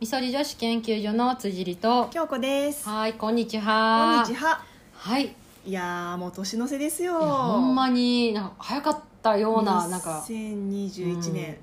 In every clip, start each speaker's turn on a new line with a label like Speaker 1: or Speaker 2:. Speaker 1: みそり女子研究所の辻里と
Speaker 2: 京子です。
Speaker 1: はいこんにち
Speaker 2: こん
Speaker 1: は
Speaker 2: にちは。
Speaker 1: はいい
Speaker 2: いやーもう年の瀬ですよ。
Speaker 1: やほんまになんか早かったようななんか
Speaker 2: 2021
Speaker 1: う
Speaker 2: 年、
Speaker 1: ん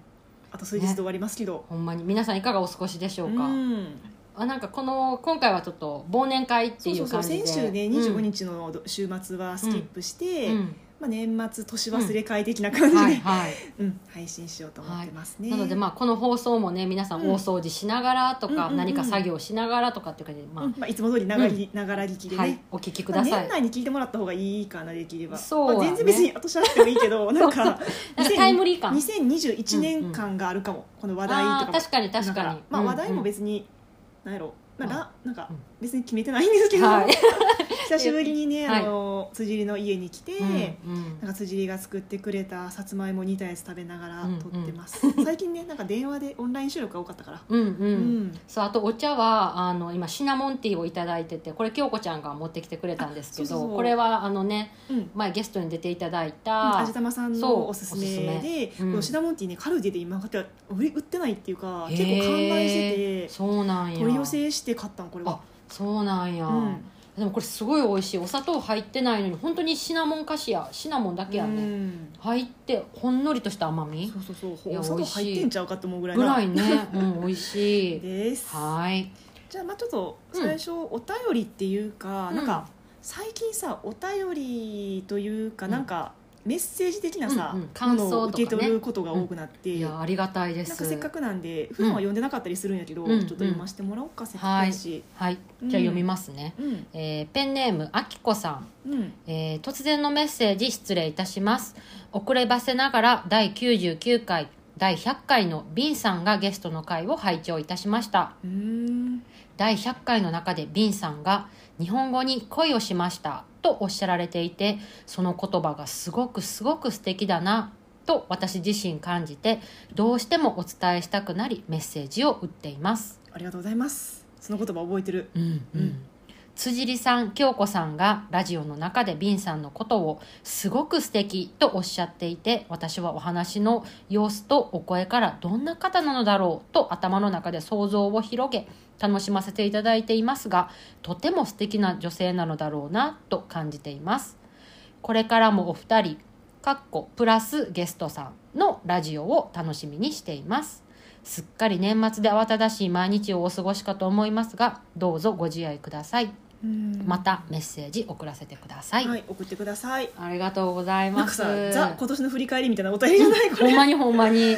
Speaker 2: あと数日で終わりますけど。
Speaker 1: ほんまに皆さんいかがお過ごしでしょうか、
Speaker 2: ん。
Speaker 1: あなんかこの今回はちょっと忘年会って
Speaker 2: そう
Speaker 1: い
Speaker 2: そう
Speaker 1: う
Speaker 2: そ
Speaker 1: 感
Speaker 2: う。
Speaker 1: じで
Speaker 2: 先週ね25日の週末はスキップして、
Speaker 1: うん
Speaker 2: まあ年末年忘れ会的な感
Speaker 1: うん
Speaker 2: じで、
Speaker 1: はいはい
Speaker 2: うん配信しようと思ってますね。
Speaker 1: なのでまあこの放送もね皆さん
Speaker 2: うん
Speaker 1: 大掃除しながらとか、
Speaker 2: うんうんうん
Speaker 1: 何か作業しながらとかっていう感じで、まあ
Speaker 2: うんまあいつも通りながらぎながら聞きでね。
Speaker 1: はい、お聞きく
Speaker 2: まあ
Speaker 1: ださい、
Speaker 2: 年内に聞いてもらった方がいいかなできれば、
Speaker 1: そうだね
Speaker 2: まあ全然別に私はなくてもいい けどなんか
Speaker 1: なんかタイムリー感
Speaker 2: 2021年間があるかも、この話題
Speaker 1: あ
Speaker 2: とか
Speaker 1: ー
Speaker 2: も
Speaker 1: 確かに確か
Speaker 2: だら
Speaker 1: に
Speaker 2: まあ、話題も
Speaker 1: 別
Speaker 2: 別に、なんやろまあ
Speaker 1: まあ
Speaker 2: らなんか
Speaker 1: うん
Speaker 2: 別に決めてないんですけど、
Speaker 1: はい
Speaker 2: 久しぶりにね、
Speaker 1: はい
Speaker 2: あの辻りの家に来て、
Speaker 1: うんうん
Speaker 2: なんか辻りが作ってくれたさつまいも煮たやつ食べながら
Speaker 1: うんうん
Speaker 2: 撮っ てます、最近ねなんか電話でオンライン収録が多かったから、
Speaker 1: うんう
Speaker 2: うん
Speaker 1: んそうあとお茶はあの今シナモンティーをいただいててこれ京子ちゃんが持ってきてくれたんですけど
Speaker 2: あそうそうそう
Speaker 1: これはあのね
Speaker 2: うん
Speaker 1: 前ゲストに出ていただい
Speaker 2: 味
Speaker 1: た
Speaker 2: 玉さん
Speaker 1: そう
Speaker 2: のおすすめで
Speaker 1: おすすめうん
Speaker 2: このシナモンティーねカルディで今買っては売り売ってないっていうか
Speaker 1: へー
Speaker 2: 結構完売してて
Speaker 1: そうなんや
Speaker 2: 取り寄せして買ったんこれは
Speaker 1: そうなんや、
Speaker 2: うん
Speaker 1: でもこれすごい美味しいお砂糖入ってないのに本当にシナモン菓子やシナモンだけやね、
Speaker 2: うん
Speaker 1: 入ってほんのりとした甘み
Speaker 2: そうそうそう
Speaker 1: いや
Speaker 2: お砂
Speaker 1: 美
Speaker 2: 糖
Speaker 1: 味しい
Speaker 2: 入ってんちゃうかと思うぐらい
Speaker 1: ぐら
Speaker 2: ない
Speaker 1: ね、うん、美味しい
Speaker 2: です
Speaker 1: はい
Speaker 2: じゃあまあちょっと
Speaker 1: うん
Speaker 2: 最初お便りっていうか、
Speaker 1: うん
Speaker 2: なんか最近さお便りというか
Speaker 1: うん
Speaker 2: なんかメッセージ的なさ、
Speaker 1: うんうん感想とかね
Speaker 2: ものを受け取ることが多くなって、
Speaker 1: いやありがたいで
Speaker 2: なん
Speaker 1: す
Speaker 2: かせっかくなんで普段は読んでなかったりするんやけど、
Speaker 1: うんうん
Speaker 2: ちょっと読ませてもらおうか、せっかくやし、
Speaker 1: はい
Speaker 2: うん
Speaker 1: じゃあ読みますね、
Speaker 2: うん
Speaker 1: えーペンネームあきこさん
Speaker 2: うん
Speaker 1: えー突然のメッセージ失礼いたします遅ればせながら第99回第100回のビンさんがゲストの回を拝聴いたしました
Speaker 2: うーん
Speaker 1: 第100回の中でビンさんが「日本語に恋をしました」とおっしゃられていてその言葉がすごくすごく素敵だなと私自身感じてどうしてもお伝えしたくなりメッセージを打っています
Speaker 2: ありがとうございますその言葉覚えてる
Speaker 1: うん
Speaker 2: うん
Speaker 1: 辻里さん京子さんがラジオの中でビンさんのことをすごく素敵とおっしゃっていて私はお話の様子とお声からどんな方なのだろうと頭の中で想像を広げ楽しませていただいていますがとても素敵な女性なのだろうなと感じていますこれからもお二人かっこプラスゲストさんのラジオを楽しみにしていますすっかり年末で慌ただしい毎日をお過ごしかと思いますがどうぞご自愛くださいまたメッセージ送らせてください、
Speaker 2: はい送ってください
Speaker 1: ありがとうござい
Speaker 2: なん
Speaker 1: ま
Speaker 2: か
Speaker 1: す
Speaker 2: さザ今年の振り返りみたいなお便りじゃないこ
Speaker 1: ほん
Speaker 2: れ
Speaker 1: まにほんま にい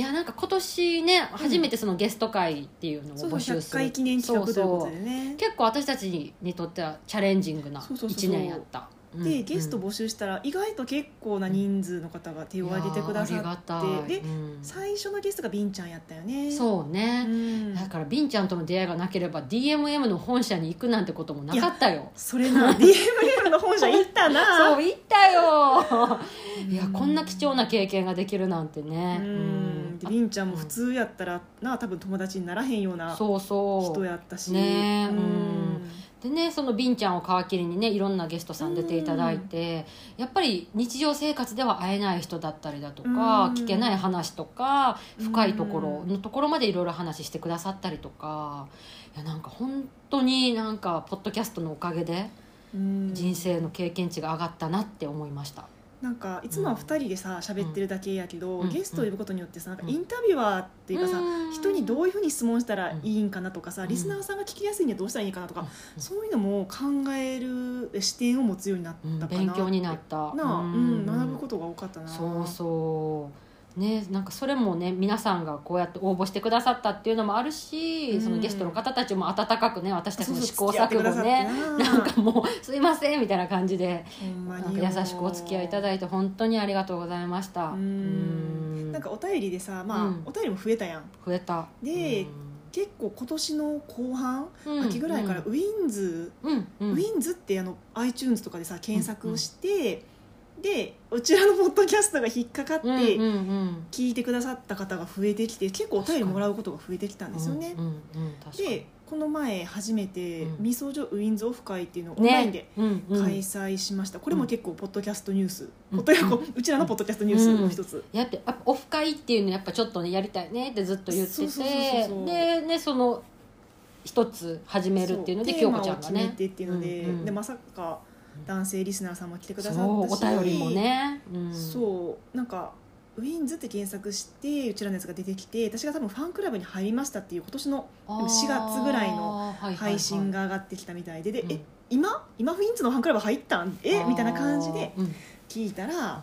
Speaker 1: やなんか今年ね初めてそのゲスト会っていうのを
Speaker 2: そう
Speaker 1: 募
Speaker 2: そう
Speaker 1: 集
Speaker 2: 100
Speaker 1: する
Speaker 2: 回記念企画というこ
Speaker 1: そう
Speaker 2: とでね
Speaker 1: 結構私たちにとってはチャレンジングな
Speaker 2: そうそうそうそ
Speaker 1: 1
Speaker 2: う
Speaker 1: 年やったう
Speaker 2: で
Speaker 1: ん
Speaker 2: ゲスト募集したら意外と結構な人数の方が手を挙げてくだ
Speaker 1: いやーあ
Speaker 2: さ
Speaker 1: り
Speaker 2: っ
Speaker 1: がた
Speaker 2: て
Speaker 1: い
Speaker 2: で
Speaker 1: うん
Speaker 2: 最初のゲストがビンちゃんやったよね
Speaker 1: そう
Speaker 2: う
Speaker 1: ね、
Speaker 2: ん
Speaker 1: だからビンちゃんとの出会いがなければ DMM の本社に行くなんてこともなかったよ
Speaker 2: それな DMM の本社行った
Speaker 1: そ
Speaker 2: な
Speaker 1: う行ったよ
Speaker 2: う ん
Speaker 1: いやこんな貴重な経験ができるなんてね
Speaker 2: う
Speaker 1: うん
Speaker 2: んでビンちゃんも普通やったらな多分友達にならへんような
Speaker 1: そうそ
Speaker 2: 人
Speaker 1: う
Speaker 2: やったし
Speaker 1: ねえ
Speaker 2: うん
Speaker 1: うんでねそのビンちゃんを皮切りにねいろんなゲストさん出ていただいて、やっぱり日常生活では会えない人だったりだとか、
Speaker 2: うん
Speaker 1: 聞けない話とか深いところ
Speaker 2: うん
Speaker 1: のところまでいろいろ話してくださったりとかいやなんか本当になんかポッドキャストのおかげで
Speaker 2: うん
Speaker 1: 人生の経験値が上がったなって思いました。
Speaker 2: なんかいつもは2人でさ喋ってるだけやけど、
Speaker 1: うん
Speaker 2: ゲストを呼ぶことによってさなんかインタビュアーっていうかさ、
Speaker 1: うん
Speaker 2: 人にどういうふうに質問したらいいんかなとかさ、
Speaker 1: うん
Speaker 2: リスナーさんが聞きやすいにはどうしたらいいかなとか、
Speaker 1: うん
Speaker 2: そういうのも考える視点を持つようになっ
Speaker 1: うん
Speaker 2: たかな、
Speaker 1: 勉強になった
Speaker 2: なあ、うん、学ぶことが多かったな
Speaker 1: そうそうねなんかそれもね皆さんがこうやって応募してくださったっていうのもあるし、
Speaker 2: うん
Speaker 1: そのゲストの方たちも温かくね私たちの試行
Speaker 2: 付き合って
Speaker 1: 錯
Speaker 2: くださ
Speaker 1: 誤
Speaker 2: っ
Speaker 1: ね
Speaker 2: てな
Speaker 1: なんかもう「すいません」みたいな感じで
Speaker 2: ほんま
Speaker 1: なん
Speaker 2: に
Speaker 1: か
Speaker 2: よ
Speaker 1: 優しくお付き合いいただいて本当にありがとうございました
Speaker 2: う
Speaker 1: うん
Speaker 2: んなんかお便りでさまあ、
Speaker 1: うん
Speaker 2: お便りも増えたやん
Speaker 1: 増えた
Speaker 2: で結構今年の後半、
Speaker 1: うん
Speaker 2: 秋ぐらいからウィンズ、
Speaker 1: うんうん
Speaker 2: ウィンズってあの iTunes とかでさ検索をして、でうちらのポッドキャストが引っかかって、
Speaker 1: うんうんうん
Speaker 2: 聞いてくださった方が増えてきて結構お便りもらうことが増えてきたんですよね。
Speaker 1: うんうんうん確かに
Speaker 2: でこの前初めて
Speaker 1: うん
Speaker 2: 未相乗ウィンズオフ会っていうのをオンライン
Speaker 1: ね
Speaker 2: で
Speaker 1: うんうん
Speaker 2: 開催しました、これも結構ポッドキャストニュース、
Speaker 1: うん
Speaker 2: ポッドキャうちらのポッドキャストニュースの一つ、
Speaker 1: やってやっぱオフ会っていうのやっぱちょっとねやりたいねってずっと言って
Speaker 2: そうそうそう
Speaker 1: て
Speaker 2: そう
Speaker 1: でねその一つ始めるっていうので
Speaker 2: そう
Speaker 1: 京子ちゃんが
Speaker 2: テーマを決め
Speaker 1: ね
Speaker 2: てっていうので,、
Speaker 1: うんうん
Speaker 2: でまさか男性リスナーさんも来てくださ
Speaker 1: そ
Speaker 2: っ
Speaker 1: う
Speaker 2: た
Speaker 1: お
Speaker 2: し
Speaker 1: 便りもね、うん、
Speaker 2: そうなんかウィンズって検索してうちらのやつが出てきて私が多分ファンクラブに入りましたっていう今年の
Speaker 1: あー
Speaker 2: 4月ぐらいの配信、が上がってきたみたいでで、え今今ウィンズのファンクラブ入ったんえみたいな感じで、
Speaker 1: はいはいはいうん
Speaker 2: 聞いたら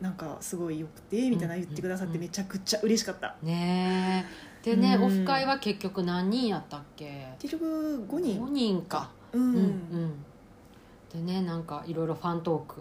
Speaker 2: なんかすごいよくてみたいな言ってくださっ
Speaker 1: うんう
Speaker 2: て
Speaker 1: ん
Speaker 2: めちゃくちゃ嬉しかった
Speaker 1: あーねえでね、
Speaker 2: うん
Speaker 1: オフ会は結局何人やったっけ
Speaker 2: 結局5
Speaker 1: 5
Speaker 2: 人
Speaker 1: 人か、
Speaker 2: う
Speaker 1: うん
Speaker 2: ん、
Speaker 1: うん、でねなんかいろいろファントーク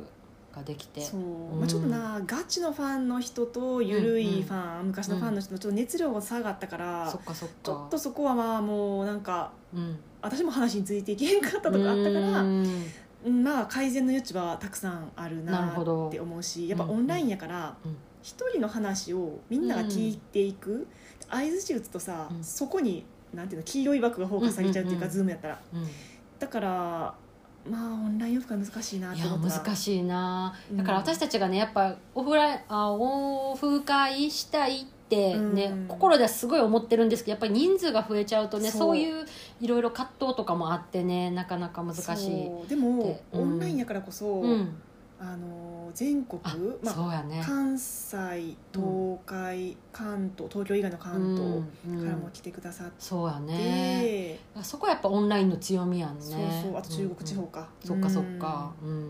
Speaker 1: ができて
Speaker 2: そ
Speaker 1: う、
Speaker 2: うまあ、ちょっとなガチのファンの人とゆるいファン、昔のファンの人のちょっと熱量が下がったから、
Speaker 1: そっかそっか
Speaker 2: ちょっとそこはまあもうなんか
Speaker 1: うん
Speaker 2: 私も話についていけんかったとかあったから
Speaker 1: う
Speaker 2: うん
Speaker 1: ん
Speaker 2: うんまあ改善の余地はたくさんある
Speaker 1: なる
Speaker 2: な
Speaker 1: ほど
Speaker 2: って思うしやっぱオンラインやから
Speaker 1: うんうん
Speaker 2: 一人の話をみんなが聞いていく相づち打つとさ
Speaker 1: うん
Speaker 2: そこになんていうの黄色い枠がフォーカスされちゃうっていう
Speaker 1: うんうんう
Speaker 2: か
Speaker 1: ん
Speaker 2: ズームやったら
Speaker 1: うん
Speaker 2: だからまあオンラインオフ会難しいないと
Speaker 1: や
Speaker 2: 思った
Speaker 1: 難しいな
Speaker 2: うん
Speaker 1: だから私たちがねやっぱオフラインあオフ会したいってね、
Speaker 2: うん
Speaker 1: 心ではすごい思ってるんですけどやっぱり人数が増えちゃうとね
Speaker 2: そ
Speaker 1: そうういういろいろ葛藤とかもあってねなかなか難しい
Speaker 2: そうでも
Speaker 1: うん
Speaker 2: オンラインやからこそ、
Speaker 1: うん、
Speaker 2: あの全国
Speaker 1: あ
Speaker 2: まあ
Speaker 1: そうやね
Speaker 2: 関西東海関東東京以外の関東、
Speaker 1: うんうん
Speaker 2: からも来てくださって、
Speaker 1: そうやねそこはやっぱオンラインの強みやんね
Speaker 2: そうそうあと中国地方か、
Speaker 1: うんうんそっかそっかうんうんうん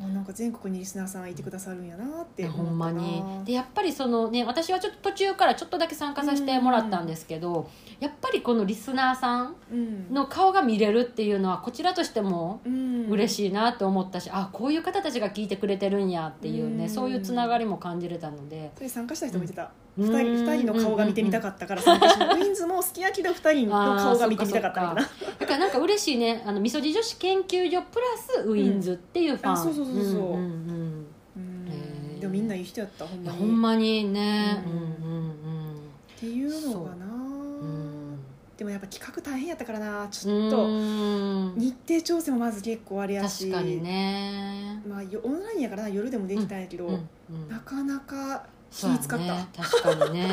Speaker 2: うんあなんか全国にリスナーさんいてくださるんやなって
Speaker 1: ね
Speaker 2: 思
Speaker 1: ほ
Speaker 2: ったなん
Speaker 1: まにでやっぱりそのね私はちょっと途中からちょっとだけ参加させてもらったんですけど、やっぱりこのリスナーさん
Speaker 2: うん
Speaker 1: の顔が見れるっていうのはこちらとしても
Speaker 2: うん
Speaker 1: 嬉
Speaker 2: い
Speaker 1: しいなと思ったし、あこういう方たちが聞いてくれてるんやっていうね、
Speaker 2: うん
Speaker 1: そういうつながりも感じれたので
Speaker 2: で参加した人もいてた、
Speaker 1: うん
Speaker 2: 二人
Speaker 1: うん
Speaker 2: 二人の顔が見てみたかったから参加した、ウィンズも好きやけど二人 の顔が見てみたかったみたいな
Speaker 1: だからなんか嬉しいねあのみそじ女子研究所プラスウィンズっていうファン、
Speaker 2: あそうそうそうそうん
Speaker 1: んうん
Speaker 2: うん
Speaker 1: へー
Speaker 2: でもみんないい人やったほん
Speaker 1: いや
Speaker 2: まに
Speaker 1: ほんまにね、
Speaker 2: う
Speaker 1: うんん、うん
Speaker 2: っていうのがな
Speaker 1: うんうん
Speaker 2: でもやっぱ企画大変やったからなちょっ
Speaker 1: う
Speaker 2: と
Speaker 1: ん
Speaker 2: 日程調整もまず結構あれやし
Speaker 1: 確かにね
Speaker 2: まあ、よオンラインやからな夜でもできたんやけど、
Speaker 1: うんうん
Speaker 2: なかなか気
Speaker 1: そうや
Speaker 2: 使った、
Speaker 1: ね確かにね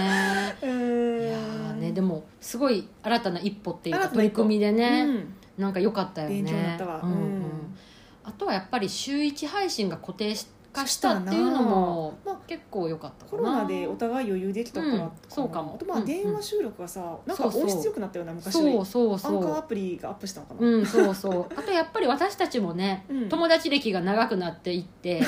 Speaker 2: う
Speaker 1: い
Speaker 2: ーん
Speaker 1: やーねでもすごい新たな一歩っていう
Speaker 2: 新
Speaker 1: か
Speaker 2: たな
Speaker 1: 取
Speaker 2: 一
Speaker 1: り
Speaker 2: 歩
Speaker 1: 組みでね、
Speaker 2: うん
Speaker 1: なんか良かったよね
Speaker 2: 勉強になったわ、
Speaker 1: うんうんあとはやっぱり週一配信が固定化したっていうのも
Speaker 2: まあ
Speaker 1: 結構良かったか
Speaker 2: コ
Speaker 1: な
Speaker 2: ロナでお互い余裕できたからかな、
Speaker 1: うんそうかも
Speaker 2: あとまあ
Speaker 1: うん
Speaker 2: 電話収録がさ、なんか
Speaker 1: そうそう
Speaker 2: 音質良くなったような昔より
Speaker 1: そうそう
Speaker 2: アンカーア
Speaker 1: そ
Speaker 2: プリがアップしたのか
Speaker 1: う
Speaker 2: な、
Speaker 1: うんそうそうあとやっぱり私たちもね
Speaker 2: うん
Speaker 1: 友達歴が長くなっていって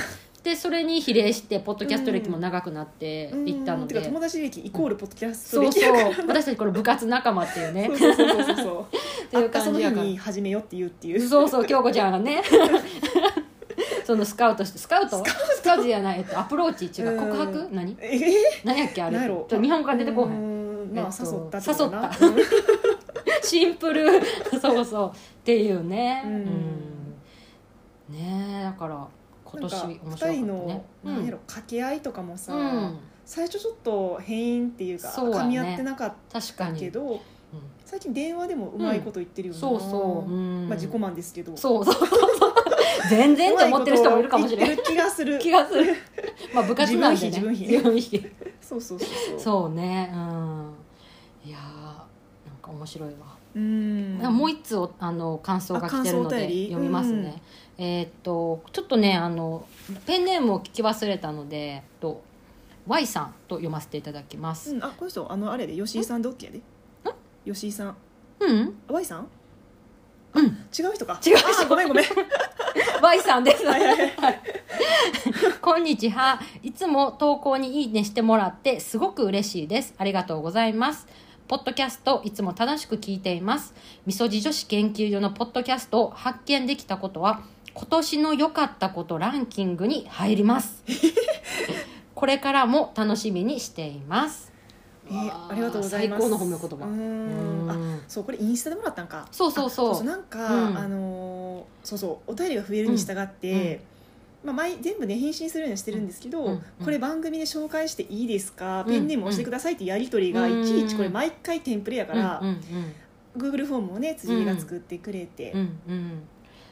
Speaker 1: でそれに比例してポッドキャスト歴も長くなっていったの
Speaker 2: うんて
Speaker 1: で、
Speaker 2: か友達歴イコールポッドキャスト
Speaker 1: そう
Speaker 2: 歴
Speaker 1: そう私たちこれ部活仲間っていうね
Speaker 2: そうそうそうそうそう
Speaker 1: っていう
Speaker 2: あそ
Speaker 1: 感じ
Speaker 2: の日
Speaker 1: やから
Speaker 2: に始めよって言うっていう
Speaker 1: そうそう京子ちゃんがね そのスカウトしてスカウトスカウトじゃないえっとアプローチ違う告白、
Speaker 2: う
Speaker 1: 何
Speaker 2: え
Speaker 1: 何やっけあれ
Speaker 2: 何
Speaker 1: ち
Speaker 2: やろ
Speaker 1: ょっと日本語が出てこ
Speaker 2: う
Speaker 1: へん
Speaker 2: ーんまあ
Speaker 1: えっと
Speaker 2: 誘ったってことかなうん
Speaker 1: シンプル そうそうっていうね
Speaker 2: う
Speaker 1: うんん、ねえだから今年
Speaker 2: なん
Speaker 1: 面
Speaker 2: か
Speaker 1: 白か
Speaker 2: 二
Speaker 1: った
Speaker 2: 人
Speaker 1: ね
Speaker 2: の、なんやろ掛け合いとかもさ、
Speaker 1: うん、うん、
Speaker 2: 最初ちょっと変因っていうか
Speaker 1: そうやね
Speaker 2: 噛み合ってなかっ
Speaker 1: 確か
Speaker 2: た
Speaker 1: に
Speaker 2: けど
Speaker 1: うん
Speaker 2: 最近電話でもうまいこと言ってるよな、
Speaker 1: そうそう、うん
Speaker 2: まあ自己満ですけど
Speaker 1: そうそうそう全然って思ってる人もいるかもしれ
Speaker 2: う
Speaker 1: な
Speaker 2: ま
Speaker 1: い
Speaker 2: いこと言ってる気が
Speaker 1: 気が
Speaker 2: する
Speaker 1: するまあ部活なんでね
Speaker 2: 自分比自
Speaker 1: 自
Speaker 2: 分
Speaker 1: 分比
Speaker 2: そうそうそうう
Speaker 1: そうねうんいやーなんか面白いわ、
Speaker 2: うん
Speaker 1: なんかもう一つおあの感想が来てるの
Speaker 2: あ感想お
Speaker 1: で
Speaker 2: 便り
Speaker 1: 読みますね、えーっとちょっとねあのペンネームを聞き忘れたのでえっと Y さんと読ませていただきます
Speaker 2: うんあこの人あのあれやで吉井さんで OK やで吉井さん
Speaker 1: うん、
Speaker 2: あ Y さん
Speaker 1: うん
Speaker 2: 違う人か
Speaker 1: 違う人
Speaker 2: あごめ んごめん
Speaker 1: Y さんです
Speaker 2: はいはいはい
Speaker 1: こんにちは。いつも投稿にいいねしてもらってすごく嬉しいです。ありがとうございます。ポッドキャストいつも楽しく聞いています。みそじ女子研究所のポッドキャストを発見できたことは今年の良かったことランキングに入り ます。これからも楽しみにしています。
Speaker 2: えーありがとうございます
Speaker 1: 最高の褒め言葉。
Speaker 2: うん
Speaker 1: う
Speaker 2: あ
Speaker 1: ん
Speaker 2: そうこれインスタでもらったんか
Speaker 1: そうそうそう
Speaker 2: あそうなんか、
Speaker 1: うん
Speaker 2: あのーそうそうお便りが増えるに従って、まあ、毎全部ね返信するようにしてるんですけど、
Speaker 1: うんうん
Speaker 2: これ番組で紹介していいですか、
Speaker 1: うん
Speaker 2: ペンネーム押してくださいってやり取りが
Speaker 1: うん
Speaker 2: いちいちこれ毎回テンプレやから、
Speaker 1: うんうん
Speaker 2: Google フォームをね辻井が作ってくれて、
Speaker 1: うんうん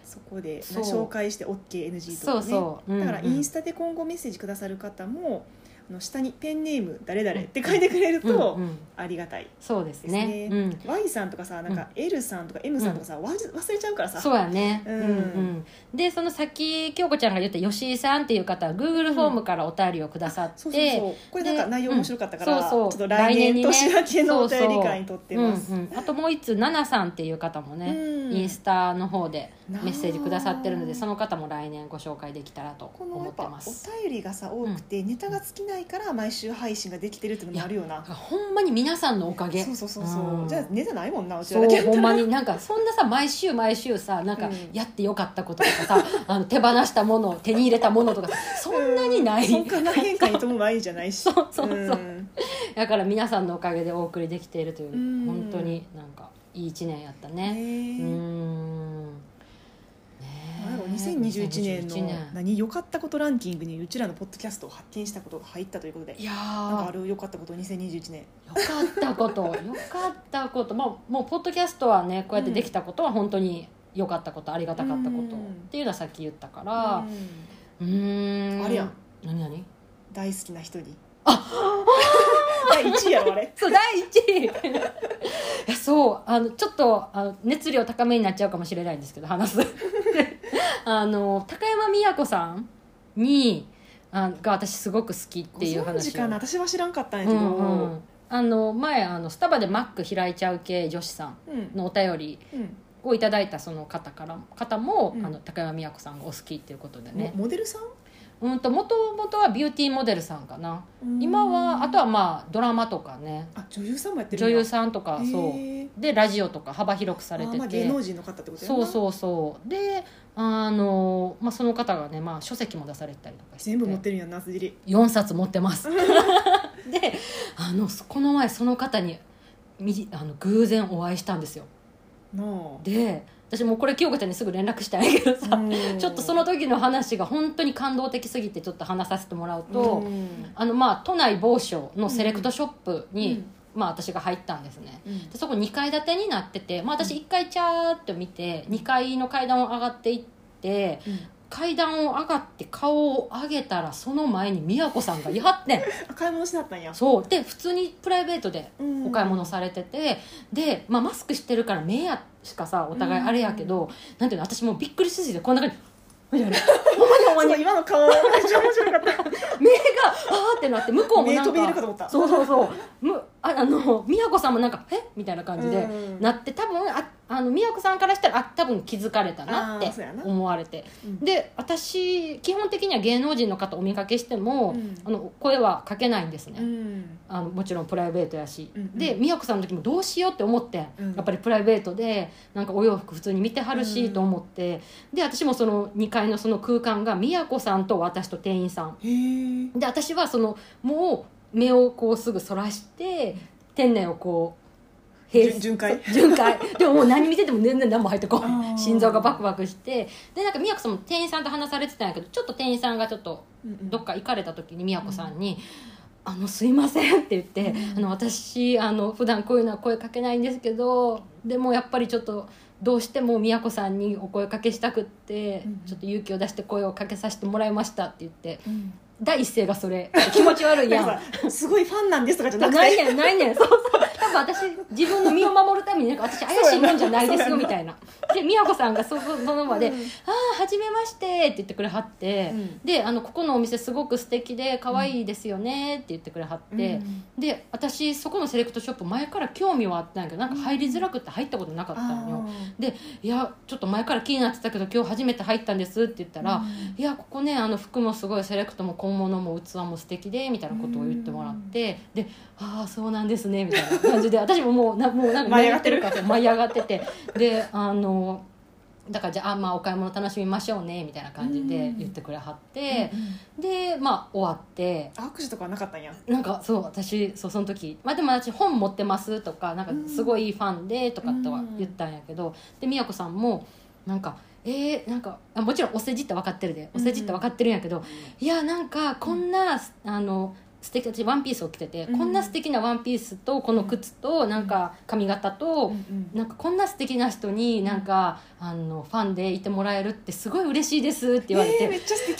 Speaker 2: そこで
Speaker 1: そう
Speaker 2: 紹介して OKNG とか
Speaker 1: そ
Speaker 2: ね
Speaker 1: うそう、うんうん
Speaker 2: だからインスタで今後メッセージくださる方もあの下にペンネーム誰々って書いてくれると
Speaker 1: うんうん
Speaker 2: ありがたい、
Speaker 1: そうですね
Speaker 2: ですね
Speaker 1: うん
Speaker 2: Y さんとかさなんか L さんとか M さんとかさ、わ忘れちゃうからさ
Speaker 1: そうやね、
Speaker 2: うん
Speaker 1: んでそのさっき京子ちゃんが言った吉井さんっていう方は Google フォームからお便りをくださって、
Speaker 2: そうそうそうこれなんか
Speaker 1: で
Speaker 2: 内容面白かったから、
Speaker 1: うんそうそう
Speaker 2: ちょっと
Speaker 1: 来
Speaker 2: 来年
Speaker 1: 年にね
Speaker 2: 年明けのお便り
Speaker 1: そうそう
Speaker 2: 会にとってます、
Speaker 1: うんうん、あともう一通奈々さんっていう方もね、
Speaker 2: うん
Speaker 1: インスタの方でメ
Speaker 2: なあ
Speaker 1: ッセージくださってるのでその方も来年ご紹介できたらと
Speaker 2: この
Speaker 1: 思
Speaker 2: やっ
Speaker 1: って
Speaker 2: ぱ
Speaker 1: ま
Speaker 2: お
Speaker 1: す
Speaker 2: 便りがさ多くて、ネタが尽きないから毎週配信ができてるってのもあるよな
Speaker 1: なんかほんまに皆さんのおかげ
Speaker 2: そうそうそうそう、
Speaker 1: うん
Speaker 2: じゃあネタないもんなうちら
Speaker 1: そ
Speaker 2: だけ
Speaker 1: うほんまになんかそんなさ毎週毎週さなんか
Speaker 2: うん
Speaker 1: やってよかったこととか さ、あの手放したもの手に入れたものとかそんなにない、
Speaker 2: そんな変化にともないじゃないし
Speaker 1: そうそうそう、
Speaker 2: ん
Speaker 1: だから皆さんのおかげでお送りできているという、
Speaker 2: うん
Speaker 1: 本当になんかいい一年やったねうー
Speaker 2: ね
Speaker 1: んねえ
Speaker 2: なんだろう2021年
Speaker 1: 2021
Speaker 2: の何良かったことランキングにうちらのポッドキャストを発見したことが入ったということで
Speaker 1: いや
Speaker 2: なんか
Speaker 1: ー
Speaker 2: ある良かったこと2021年
Speaker 1: よかったことよかったこともうもうポッドキャストはねこうやってできたことは本当に良かったことありがたかったこと、
Speaker 2: うん
Speaker 1: っていうのはさっき言ったからうーん
Speaker 2: あれやん
Speaker 1: 何何
Speaker 2: 大好きな人にあ 第1位やろあれ
Speaker 1: そう第一位いやそうあのちょっとあの熱量高めになっちゃうかもしれないんですけど 話すあの高山美子さんにあが私すごく好きっていう
Speaker 2: ご存
Speaker 1: 話
Speaker 2: 知
Speaker 1: を
Speaker 2: かな私は知らんかったんや
Speaker 1: う
Speaker 2: けど、
Speaker 1: んうんあの前あのスタバでマック開いちゃう系女子さん
Speaker 2: うん
Speaker 1: のお便り
Speaker 2: うん
Speaker 1: をいただいたその方から方も、
Speaker 2: うん
Speaker 1: あの高山美子さんがお好きっていうことで
Speaker 2: も
Speaker 1: ね
Speaker 2: モデルさ
Speaker 1: うんともともとはビューティーモデルさんかなん今はあと
Speaker 2: は
Speaker 1: はまあドラマとかね
Speaker 2: あ女優さんもやってる
Speaker 1: 女優
Speaker 2: さ
Speaker 1: さんとかそうでラジオとか幅広くされてて、
Speaker 2: まあ、芸能人の方ってことやな
Speaker 1: そうそうそうであの、まあ、その方がね、まあ、書籍も出されたりとかして
Speaker 2: 全部持ってるんやんな辻り
Speaker 1: 4冊持ってます であのそこの前その方にみあの偶然お会いしたんですよ
Speaker 2: の
Speaker 1: で私もうこれ清子ちゃんにすぐ連絡したんやけどさ、ちょっとその時の話が本当に感動的すぎてちょっと話させてもらうと、あのまあ都内某所のセレクトショップに、まあ、私が入ったんですねでそこ2階建てになってて、まあ、私1階ちゃーっと見て2階の階段を上がっていって階段を上がって顔を上げたらその前に美和子さんがやって ん
Speaker 2: 買い物しなったんや
Speaker 1: そうで普通にプライベートで
Speaker 2: うん
Speaker 1: お買い物されてて、で、まあ、マスクしてるから目やしかさお互いあれやけど、なんていうの私もうびっくりしすぎてこんな感じみたいな
Speaker 2: ほんまに今の顔めっちゃ面白かった
Speaker 1: 目があーってなって向こ うも
Speaker 2: 目
Speaker 1: なん
Speaker 2: 飛び入れるか
Speaker 1: か
Speaker 2: と思った
Speaker 1: そうそうそうむああの美和子さんもなんか「えみたいな感じで、
Speaker 2: うん
Speaker 1: なって多分ああの美和子さんからしたらあ多分気づかれたなっ
Speaker 2: あ
Speaker 1: て
Speaker 2: ーそうやな
Speaker 1: 思われて
Speaker 2: うん
Speaker 1: で私基本的には芸能人の方お見かけしても、
Speaker 2: うん
Speaker 1: あの声はかけないんですね、
Speaker 2: うん
Speaker 1: あのもちろんプライベートやし、
Speaker 2: うんうん
Speaker 1: で美和子さんの時もどうしようって思って、
Speaker 2: うん
Speaker 1: やっぱりプライベートでなんかお洋服普通に見てはる
Speaker 2: う
Speaker 1: し
Speaker 2: ん
Speaker 1: と思って、で私もその2階のその空間が美和子さんと私と店員さん
Speaker 2: へえ
Speaker 1: で私はそのもう目をこうすぐそらして店内をこう平
Speaker 2: 巡巡回
Speaker 1: そう巡 回でももう何見てても全然何も入ってこ
Speaker 2: あー
Speaker 1: ない心臓がバクバクしてでなんか美和子さんも店員さんと話されてたんやけどちょっと店員さんがちょっとどっか行かれた時に美和子さんに「あのすいません」って言って「あの私あの普段こういうのは声かけないんですけどでもやっぱりちょっとどうしても美和子さんにお声かけしたくって
Speaker 2: うん
Speaker 1: ちょっと勇気を出して声をかけさせてもらいました」って言って
Speaker 2: うん
Speaker 1: 第一声がそれ気持ち悪いや
Speaker 2: なん
Speaker 1: ん
Speaker 2: かさすごいファンなんですとかじゃなくて
Speaker 1: ないねんないねんそうそう多分私自分の身を守るためになんか私怪しいもんじゃないですよみたいなで美和子さんがそそその場で「
Speaker 2: うん
Speaker 1: ああはじめまして」って言ってくれはって、
Speaker 2: うん
Speaker 1: であの「ここのお店すごく素敵で可愛いですよね」って言ってくれはって、で私そこのセレクトショップ前から興味はあったんやけどなんか入りづらくて入ったことなかったのよ、で「いやちょっと前から気になってたけど今日初めて入ったんです」って言ったら「いやここねあの服もすごいセレクトも小物も器も素敵で」みたいなことを言ってもらってで「ああそうなんですね」みたいな感じ で私ももうなもうなんか
Speaker 2: 舞い上がってる
Speaker 1: 舞から舞い上がっててであのだからじゃああまあお買い物楽しみましょうねみたいな感じで言ってくれはって、でまあ終わって。
Speaker 2: 握手とかはなかったんや
Speaker 1: なんかそう私そうその時、まあ、でも私本持ってますとかなんかすごいいいファンでとかとは言ったんやけど、で美和子さんもなんか「えー、なんかあもちろんお世辞って分かってるでお世辞って分かってるんやけど、いやなんかこんな、あの素敵私ワンピースを着てて、
Speaker 2: うん
Speaker 1: こんな素敵なワンピースとこの靴となんか髪型と、なんかこんな素敵な人になんかあのファンでいてもらえるってすごい嬉しいですって言われて、
Speaker 2: えーめっちゃ素
Speaker 1: み
Speaker 2: 敵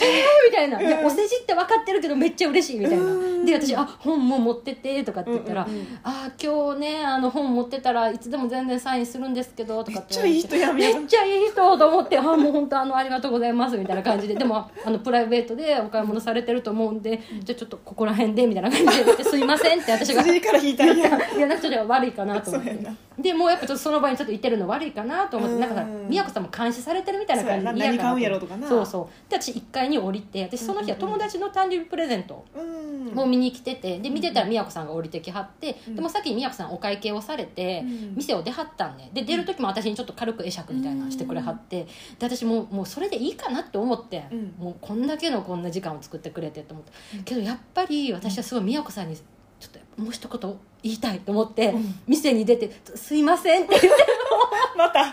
Speaker 1: たいな、で
Speaker 2: うん
Speaker 1: お世辞って分かってるけどめっちゃ嬉しいみたいな、
Speaker 2: うん
Speaker 1: で私「あ本も持ってて」とかって言ったら「
Speaker 2: うんうんうん
Speaker 1: あー今日ねあの本持ってたらいつでも全然サインするんですけど」と
Speaker 2: め
Speaker 1: か
Speaker 2: っ
Speaker 1: って
Speaker 2: ちゃいい人やみ
Speaker 1: め
Speaker 2: や
Speaker 1: っちゃいい人と思って「あーもう本当あのありがとうございます」みたいな感 じででもあのプライベートでお買い物されてると思うんでじゃあちょっとここら辺でみたいな感じで言って「すいません」って私が
Speaker 2: 筋から引いたんや
Speaker 1: いやなんかちょっと悪いかなと思っ
Speaker 2: そうや
Speaker 1: て
Speaker 2: な
Speaker 1: でもうやっぱちょっとその場にちょっといてるの悪いかなと思って
Speaker 2: うん
Speaker 1: なんかさ宮子さんも監視されてるみたいな感
Speaker 2: そうや
Speaker 1: じ
Speaker 2: な
Speaker 1: 嫌かなと思っ
Speaker 2: 何買う
Speaker 1: て
Speaker 2: んやろとかな
Speaker 1: そうそうで私1階に降りて私その日は
Speaker 2: うんうんう
Speaker 1: 友
Speaker 2: ん
Speaker 1: 達の誕生日プレゼント
Speaker 2: うん
Speaker 1: を見に来ててで見てたら宮子さんが降りてきはって
Speaker 2: うん
Speaker 1: でもさっき宮子さんお会計をされて
Speaker 2: うん
Speaker 1: 店を出はったんねで出る時も私にちょっと軽く会釈みたいなのしてくれはってで私もうもうそれでいいかなって思って
Speaker 2: うん
Speaker 1: もうこんだけのこんな時間を作ってくれてと思って
Speaker 2: うん
Speaker 1: けどやっぱり私はすごい宮子さんにちょっともう一言言いたいと思って
Speaker 2: うん
Speaker 1: 店に出て「すいません」って言って
Speaker 2: また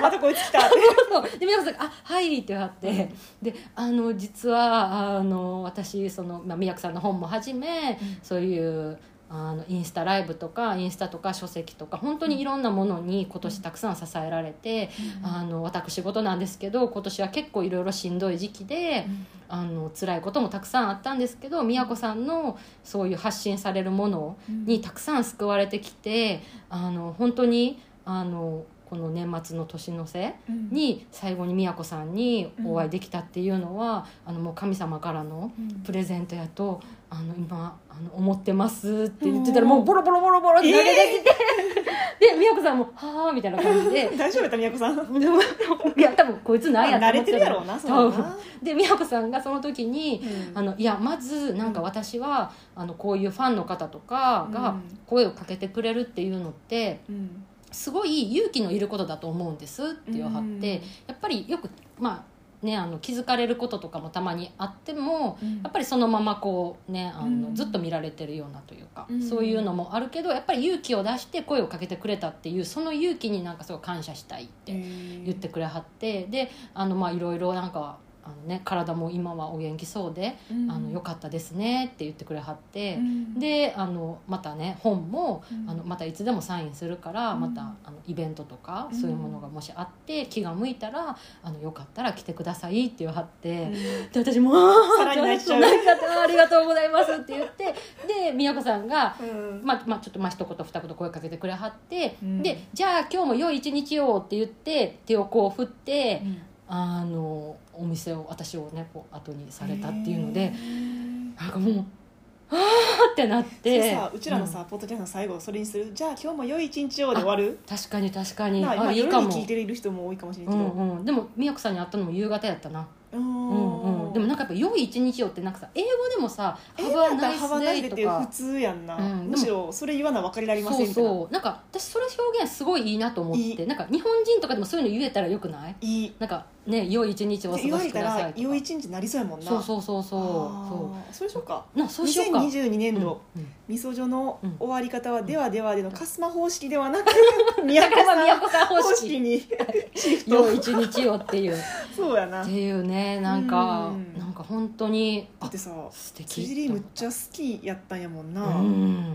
Speaker 2: またこいつ来たって
Speaker 1: そうで美奈子さんが「あはい」って言われてであの実はあの私その、まあ、美奈子さんの本もはじめ、
Speaker 2: うん
Speaker 1: そういうあのインスタライブとかインスタとか書籍とか本当にいろんなものに今年たくさん支えられて、あの私事なんですけど今年は結構いろいろしんどい時期で。あの辛いこともたくさんあったんですけど宮子さんのそういう発信されるものにたくさん救われてきてあの本当にあのこの年末の年の瀬に最後に宮子さんにお会いできたっていうのは、あのもう神様からのプレゼントやとあの今あの思ってますって言ってたら
Speaker 2: うん。
Speaker 1: もうボロボロボロボロって投げてきて、で宮子さんも「はあ」みたいな感じで
Speaker 2: 大丈夫やった宮子さん
Speaker 1: でもいや多分こいつなんや
Speaker 2: まあ
Speaker 1: と思
Speaker 2: 慣れ
Speaker 1: ってて
Speaker 2: る
Speaker 1: る
Speaker 2: やろうなそ
Speaker 1: 多
Speaker 2: うだ
Speaker 1: 分
Speaker 2: な
Speaker 1: で宮子さんがその時に「あのいやまずなんか私は、あのこういうファンの方とか
Speaker 2: う
Speaker 1: が
Speaker 2: ん
Speaker 1: 声をかけてくれるっていうのって
Speaker 2: うん
Speaker 1: すごい勇気のいることだと思うんです」って言わはって、やっぱりよくまあねあの気づかれることとかもたまにあっても
Speaker 2: うん
Speaker 1: やっぱりそのままこうねあの、
Speaker 2: うん
Speaker 1: ずっと見られてるようなというか、
Speaker 2: うん
Speaker 1: そういうのもあるけどやっぱり勇気を出して声をかけてくれたっていうその勇気になんかすごい感謝したいって言ってくれはってであのまあいろいろなんかあの、ね、体も今はお元気そうで、
Speaker 2: うん
Speaker 1: あのよかったですねって言ってくれはって。
Speaker 2: うん
Speaker 1: であのまたね本も、
Speaker 2: うん
Speaker 1: あのまたいつでもサインするから、
Speaker 2: うん
Speaker 1: またあのイベントとか、
Speaker 2: うん
Speaker 1: そういうものがもしあって気が向いたらあのよかったら来てくださいって言わはって、
Speaker 2: うん
Speaker 1: で私も「あ
Speaker 2: さらに泣いち ゃう
Speaker 1: 泣いちゃったありがとうございます」って言ってで宮子さんが、
Speaker 2: うん
Speaker 1: まあまあ、ちょっとまあ一言二言声かけてくれはって、
Speaker 2: うん
Speaker 1: で「じゃあ今日も良い一日を」って言って手をこう振って、
Speaker 2: うん
Speaker 1: あのお店を私をねこう後にされたっていうの
Speaker 2: へ
Speaker 1: で。
Speaker 2: ー
Speaker 1: なんかもうああってなっ
Speaker 2: それ
Speaker 1: て
Speaker 2: さうちらのさ、ポッドキャストの最後それにするじゃあ今日も良い一日をで終わる
Speaker 1: うん確かに確かに
Speaker 2: なあ今
Speaker 1: あいい
Speaker 2: 夜
Speaker 1: か
Speaker 2: に
Speaker 1: も
Speaker 2: 聞いている人も多いかもしれな
Speaker 1: う
Speaker 2: いけど
Speaker 1: んうん、でも宮子さんに会ったのも夕方やったな、
Speaker 2: う
Speaker 1: うんうん、でもなんかやっぱ「良い一日を」ってなんかさ英語でもさ「
Speaker 2: 英
Speaker 1: Have
Speaker 2: 語や
Speaker 1: a
Speaker 2: ったら幅
Speaker 1: nice
Speaker 2: ないで
Speaker 1: day」
Speaker 2: っ
Speaker 1: と
Speaker 2: て普
Speaker 1: か
Speaker 2: 通やんな、
Speaker 1: うんでも
Speaker 2: むしろそれ言わな分かりられませ
Speaker 1: そ
Speaker 2: ん
Speaker 1: う
Speaker 2: みたいな
Speaker 1: そうなんか私それ表現すごいいいなと思って
Speaker 2: いい
Speaker 1: なんか日本人とかでもそういうの言えたらよくない
Speaker 2: いい
Speaker 1: なんかね「良い一日をお過
Speaker 2: 言
Speaker 1: ご
Speaker 2: わ
Speaker 1: し
Speaker 2: れ
Speaker 1: く
Speaker 2: た
Speaker 1: ださ
Speaker 2: ら
Speaker 1: い」と
Speaker 2: 良い
Speaker 1: か
Speaker 2: 一日になりそうやもんな
Speaker 1: そうそうそうそうそ
Speaker 2: あーそれでしょうか
Speaker 1: うなそうしようか
Speaker 2: 2020年度、
Speaker 1: うんうん
Speaker 2: みそじょの
Speaker 1: うん
Speaker 2: 終わり方は、ではではでのカスマ方式ではなく、宮
Speaker 1: だ
Speaker 2: 古
Speaker 1: からまあ宮
Speaker 2: さん
Speaker 1: 子さん方
Speaker 2: 方
Speaker 1: 式
Speaker 2: 式に
Speaker 1: 「
Speaker 2: シフト
Speaker 1: 良い一日を」っていう
Speaker 2: そうやな
Speaker 1: っ
Speaker 2: だ
Speaker 1: ていうねなんか
Speaker 2: うん
Speaker 1: なんか本当にあ
Speaker 2: ってさ
Speaker 1: 素敵
Speaker 2: 辻りむっちゃ好きやったんやもんな、
Speaker 1: うん
Speaker 2: な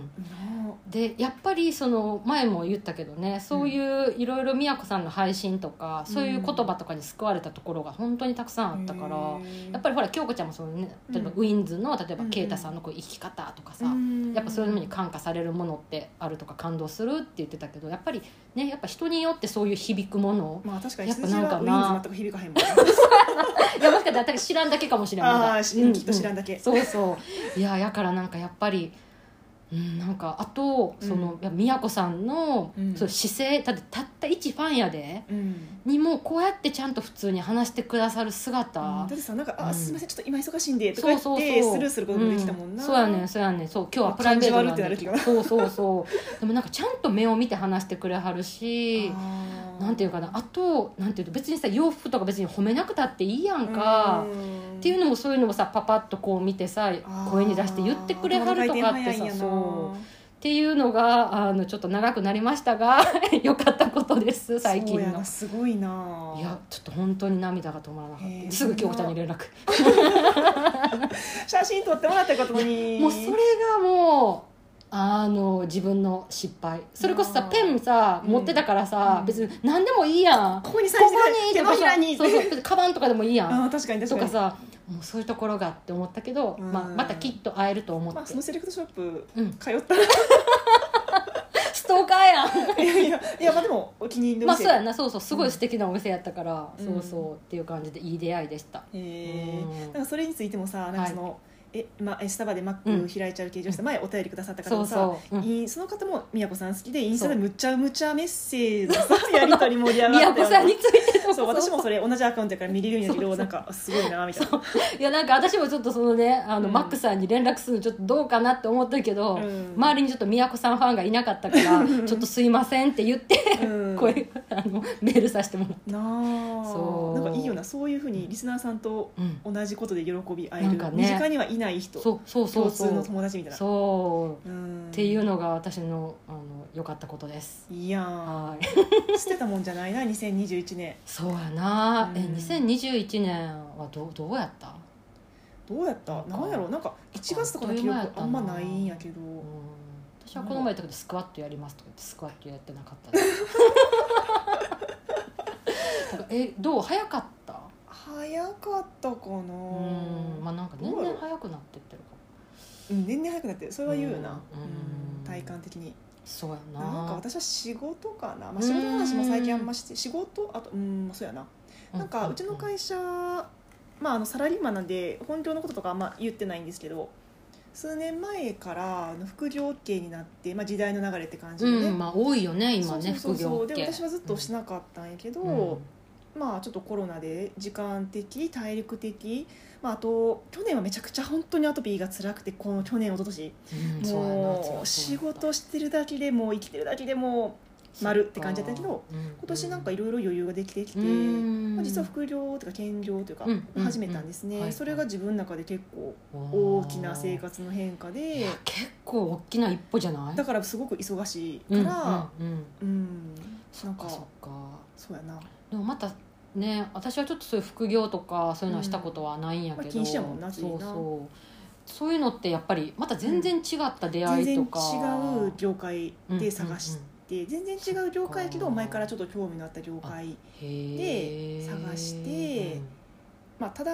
Speaker 1: でやっぱりその前も言ったけどねそういういろいろ宮子さんの配信とか、そういう言葉とかに救われたところが本当にたくさん
Speaker 2: あ
Speaker 1: あったから、
Speaker 2: へー
Speaker 1: やっぱりほら京子ちゃんもその、ね、例えば
Speaker 2: うん
Speaker 1: ウィンズの例えば
Speaker 2: うん
Speaker 1: 啓太さんのこう生き方とかさ、
Speaker 2: うん
Speaker 1: やっぱそういうのに感化されるものってあるとか感動するって言ってたけどやっぱりねやっぱ人によってそういう響くもの
Speaker 2: まあ確かに
Speaker 1: やっぱ
Speaker 2: 羊
Speaker 1: なん
Speaker 2: は
Speaker 1: か
Speaker 2: ウィンズ
Speaker 1: な
Speaker 2: 全く響かへんもんない
Speaker 1: やもしかしたら知らんだけかもしれない
Speaker 2: ああ、しきっと知らんだけ、
Speaker 1: そう そういややからなんかやっぱり、うん、なんかあとその、
Speaker 2: う
Speaker 1: い
Speaker 2: ん
Speaker 1: や宮子さんの,、
Speaker 2: うん
Speaker 1: その姿勢だってたった一ファンやで
Speaker 2: うん
Speaker 1: にもこうやってちゃんと普通に話してくださる姿、
Speaker 2: だってさなんか「あ
Speaker 1: うん
Speaker 2: すみませんちょっと今忙しいんで」とか
Speaker 1: そ
Speaker 2: 言
Speaker 1: う
Speaker 2: って
Speaker 1: そうそう
Speaker 2: スルーすることもできたもんな、
Speaker 1: うそうやねんそうやねんそう今日はプライベートなんだけど
Speaker 2: 感
Speaker 1: そうそうそう でもなんかちゃんと目を見て話してくれはるし
Speaker 2: あー
Speaker 1: なんていうかなあとなんていうの別にさ洋服とか別に褒めなくたっていいやんか、
Speaker 2: ん
Speaker 1: っていうのもそういうのもさパパッとこう見てさ
Speaker 2: あー
Speaker 1: 声に出して言ってくれはるとかって
Speaker 2: 頭の回
Speaker 1: さ
Speaker 2: 転早いんやな
Speaker 1: そうっっていうのがあのちょっと長くなりましたが 良かったことです最近
Speaker 2: そうや
Speaker 1: の
Speaker 2: な。すごいない
Speaker 1: やちょっと本当に涙が止まらなかっ
Speaker 2: へ
Speaker 1: た
Speaker 2: え
Speaker 1: すぐ京子ちゃんに連絡
Speaker 2: 写真撮ってもらったことに
Speaker 1: もうそれがもうあの自分の失敗それこそさ
Speaker 2: あー
Speaker 1: ペンさ持ってたからさ、
Speaker 2: うん
Speaker 1: 別に何でもいいやん、こ
Speaker 2: ここにサイ
Speaker 1: こ
Speaker 2: ズが
Speaker 1: に
Speaker 2: 手
Speaker 1: と
Speaker 2: の
Speaker 1: か
Speaker 2: ひら
Speaker 1: さ
Speaker 2: に
Speaker 1: そうそうカバンとかでもいいやん
Speaker 2: あー確かに確
Speaker 1: と
Speaker 2: かに
Speaker 1: かさもうそういうところがって思ったけど、
Speaker 2: うん
Speaker 1: まあ、またきっと会えると思って、
Speaker 2: まあ、そのセレクトショップ
Speaker 1: うん、
Speaker 2: 通った ら
Speaker 1: ストーカーやん
Speaker 2: いやいやいやまあでもお気に入り
Speaker 1: ま
Speaker 2: の
Speaker 1: あそう
Speaker 2: で
Speaker 1: やなそうそうすごい素敵なお店やったから、
Speaker 2: うん
Speaker 1: そうそうっていう感じでいい出会いでした、
Speaker 2: へ
Speaker 1: う
Speaker 2: え
Speaker 1: ん
Speaker 2: なんかそれについてもさなんかその、えまあ、スタバでマ
Speaker 1: うん
Speaker 2: ック開いちゃう形状して前お便りくださった方
Speaker 1: そ
Speaker 2: も
Speaker 1: う
Speaker 2: さ、
Speaker 1: そう、うん
Speaker 2: いいその方も宮子さん好きでインスタでむちゃむちゃメッセージのさやり取り盛り上が
Speaker 1: 宮
Speaker 2: って
Speaker 1: 古さんについてとか
Speaker 2: そう私もそれ同じアカウントやから見れるようになるけ
Speaker 1: そ
Speaker 2: ど
Speaker 1: うそ
Speaker 2: な
Speaker 1: うん
Speaker 2: かすごいなみたいな。
Speaker 1: いやなんか私もちょっとそのねあの、
Speaker 2: うん
Speaker 1: マックさんに連絡するのちょっとどうかなって思ったけど、
Speaker 2: うん
Speaker 1: 周りにちょっと宮古さんファンがいなかったからちょっとすいませんって言って
Speaker 2: うん
Speaker 1: 声あのメールさせてもらっ
Speaker 2: な
Speaker 1: そ
Speaker 2: あ
Speaker 1: う
Speaker 2: なんかいいよなそういうふうにリスナーさんと
Speaker 1: た、うん、
Speaker 2: 同じことで喜び合え
Speaker 1: なん
Speaker 2: る、
Speaker 1: かね
Speaker 2: 身近にはいない人
Speaker 1: そうそうそ
Speaker 2: 共
Speaker 1: うそ
Speaker 2: 通の
Speaker 1: う
Speaker 2: 友達みたいな
Speaker 1: そう
Speaker 2: うん
Speaker 1: っていうのが私のあの良かったことです
Speaker 2: いやー
Speaker 1: はい
Speaker 2: 捨てたもんじゃないな2021年
Speaker 1: そうやな、え
Speaker 2: うん
Speaker 1: 2021年はどうどうやった、
Speaker 2: どうやったなんやろうなんか1月とかの
Speaker 1: あ
Speaker 2: 記
Speaker 1: っという間やっ
Speaker 2: 憶
Speaker 1: たな
Speaker 2: あんまないんやけど
Speaker 1: うん、私はこの前言ったけどスクワットやりますとか言ってスクワットやってなかったですなんか えどう早かった
Speaker 2: 早かったかな
Speaker 1: うんまあなんか年々早くなってってるかも
Speaker 2: うん年々早くなってるそれは言うよな
Speaker 1: うん
Speaker 2: うん体感的に
Speaker 1: そうやな
Speaker 2: なんか私は仕事かな、まあ、仕事の話も最近あんまして仕事あとうんそうやななんかうちの会社、まあ、あのサラリーマンなんで本業のこととかあんま言ってないんですけど数年前からあの副業系になって、まあ、時代の流れって感じ
Speaker 1: う
Speaker 2: で
Speaker 1: ん、
Speaker 2: ね、
Speaker 1: うんまあ多いよね今
Speaker 2: そう
Speaker 1: ね
Speaker 2: そう
Speaker 1: 副
Speaker 2: そうそ
Speaker 1: 業
Speaker 2: うで
Speaker 1: 系
Speaker 2: 私はずっとしてなかったんやけど、
Speaker 1: うん
Speaker 2: まあちょっとコロナで時間的体力的、まあ、あと去年はめちゃくちゃ本当にアトピーが辛くてこの去年一昨年
Speaker 1: うんそうやな
Speaker 2: もう仕事してるだけでもう生きてるだけでもう丸って感じだったけど、
Speaker 1: そうやな
Speaker 2: 今年なんかいろいろ余裕ができてきて、まあ、実は副業というか兼業というか
Speaker 1: うん
Speaker 2: 始めたんです
Speaker 1: うん
Speaker 2: ね、
Speaker 1: うんはい
Speaker 2: それが自分の中で結構大きな生活の変化
Speaker 1: で
Speaker 2: で
Speaker 1: 結構大きな一歩じゃない
Speaker 2: だからすごく忙しい
Speaker 1: うん
Speaker 2: から
Speaker 1: うんうん
Speaker 2: うん、
Speaker 1: そ
Speaker 2: な
Speaker 1: っ
Speaker 2: ん
Speaker 1: か
Speaker 2: か
Speaker 1: そっか
Speaker 2: そうやな、
Speaker 1: でもまたね私はちょっとそういう副業とかそういうのはしたことはないんやけど、
Speaker 2: うんまあ禁止やもんな
Speaker 1: そうそ
Speaker 2: ついな
Speaker 1: うそういうのってやっぱりまた全然違った出会いと
Speaker 2: 全然違
Speaker 1: か、
Speaker 2: う業界で探し
Speaker 1: うんうん
Speaker 2: て、全然違う業界やけ
Speaker 1: そっ
Speaker 2: ど
Speaker 1: か
Speaker 2: 前からちょっと興味のあった業界
Speaker 1: うんへー
Speaker 2: 探してまあただ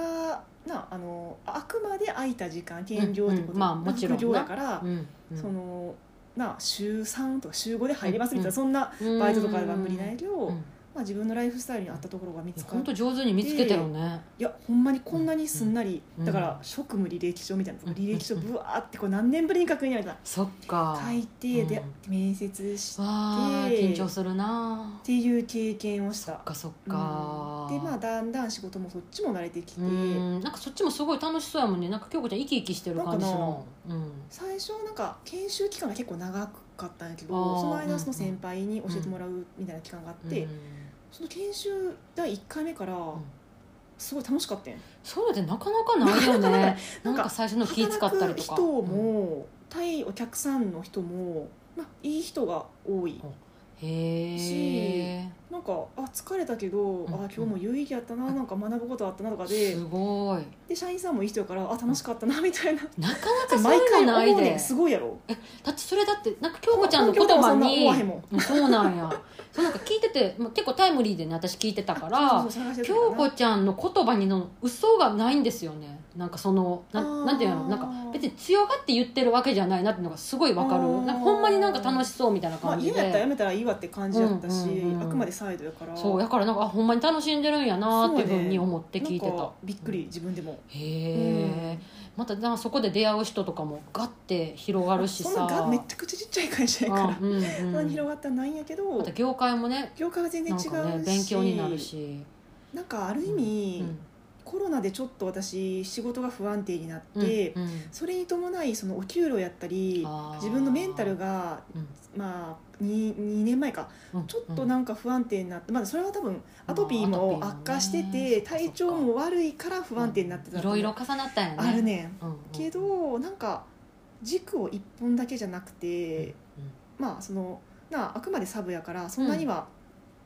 Speaker 2: なあのあくまで空いた時間兼業って
Speaker 1: う
Speaker 2: こと、
Speaker 1: んうんまあもちろんな
Speaker 2: 副業やから
Speaker 1: う、んうん
Speaker 2: そのな週3とか週5で入りますみたいな、
Speaker 1: うん
Speaker 2: そんな
Speaker 1: うん
Speaker 2: バイトとかは無理ないけど、
Speaker 1: うんい
Speaker 2: まあ、自分のライフスタイルに合ったところが見つ
Speaker 1: や
Speaker 2: か
Speaker 1: ほ
Speaker 2: っ
Speaker 1: ん
Speaker 2: て
Speaker 1: と上手に見つけてるね
Speaker 2: いやほんまにこんなにすんなり、
Speaker 1: うん
Speaker 2: だから職務履歴書みたいな、
Speaker 1: うん
Speaker 2: 履歴書ぶわーってこう何年ぶりに書くんやみたい
Speaker 1: そっか
Speaker 2: な書いて、で
Speaker 1: うん
Speaker 2: 面接してっ
Speaker 1: わあ緊張するな
Speaker 2: ていう経験をし
Speaker 1: そ
Speaker 2: た
Speaker 1: っかそっ
Speaker 2: うん
Speaker 1: か、
Speaker 2: でまあだんだん仕事もそっちも慣れてきて、
Speaker 1: うんなんかそっちもすごい楽しそうやもんねなんか京子ちゃん生き生きしてる感じするもんうん
Speaker 2: 最初なんか研修期間が結構長かったんやけど
Speaker 1: あー
Speaker 2: その間その先輩に教えてもらうみたいな期間があって、
Speaker 1: うん
Speaker 2: その研修第1回目から
Speaker 1: ん
Speaker 2: すごい楽しかったん
Speaker 1: そういうのってなかなかないよねな
Speaker 2: なんん
Speaker 1: か
Speaker 2: か
Speaker 1: 最初の気使ったり
Speaker 2: 働く
Speaker 1: とか
Speaker 2: 人も対お客さんの人も、まあ、いい人が多い
Speaker 1: うんへえ
Speaker 2: なんかあ疲れたけど
Speaker 1: ん
Speaker 2: あ今日も有意義やったななんか学ぶことあったなとかです
Speaker 1: ごい
Speaker 2: で社員さんもいい人やからあ楽しかったなみたいな
Speaker 1: なかなか そう
Speaker 2: 毎
Speaker 1: いう
Speaker 2: 回
Speaker 1: のない
Speaker 2: 思うね
Speaker 1: で
Speaker 2: んすごいやろ
Speaker 1: だってそれだってなんか京子ちゃんの言葉に
Speaker 2: 環境でもそんな思わへんもん
Speaker 1: うんそうなんやそうなんか聞いてて、まあ、結構タイムリーでね私聞いてたから
Speaker 2: そうそう探してたか
Speaker 1: 京
Speaker 2: らな
Speaker 1: 子ちゃんの言葉にの嘘がないんですよねなんかそのな
Speaker 2: あー
Speaker 1: んなんていうのなんか別に強がって言ってるわけじゃないなっていうのがすごいわかる
Speaker 2: あー
Speaker 1: なんかほんまになんか楽しそうみたいな
Speaker 2: まあ、
Speaker 1: 感じ
Speaker 2: 家
Speaker 1: で、
Speaker 2: やったらやめたらいいわって感じやったし、
Speaker 1: うんうんうん
Speaker 2: あくまでサイドやから
Speaker 1: そう
Speaker 2: や
Speaker 1: やからなんかあほんまに楽しんでるんやなっていうふうに思って聞いてた、
Speaker 2: びっくり自分でも
Speaker 1: へえ、またなんかそこで出会う人とかもガッて広がるし
Speaker 2: そ
Speaker 1: さ
Speaker 2: んながめちゃくちゃちっちゃい会社やから、
Speaker 1: あうんうん
Speaker 2: そんなに広がったらないんやけど
Speaker 1: また業界もね
Speaker 2: 業界は全然
Speaker 1: なん
Speaker 2: 違うし
Speaker 1: かね勉強になるし、
Speaker 2: なんかある意味、
Speaker 1: うん
Speaker 2: コロナでちょっと私仕事が不安定になって、
Speaker 1: うんうん
Speaker 2: それに伴いそのお給料やったり
Speaker 1: あー
Speaker 2: 自分のメンタルが、
Speaker 1: うん
Speaker 2: まあ 2, 2年前か
Speaker 1: うん
Speaker 2: ちょっとなんか不安定になって、まだそれは多分アトピーも
Speaker 1: まあアトピーもね
Speaker 2: 悪化してて、
Speaker 1: そっかそっか
Speaker 2: 体調も悪いから不安定になってた
Speaker 1: い
Speaker 2: と思う
Speaker 1: ろいろ重なったんやね
Speaker 2: あるねん
Speaker 1: うんうん
Speaker 2: けどなんか軸を1本だけじゃなくて、まあそのなああくまでサブやからそんなに
Speaker 1: う
Speaker 2: は、
Speaker 1: ん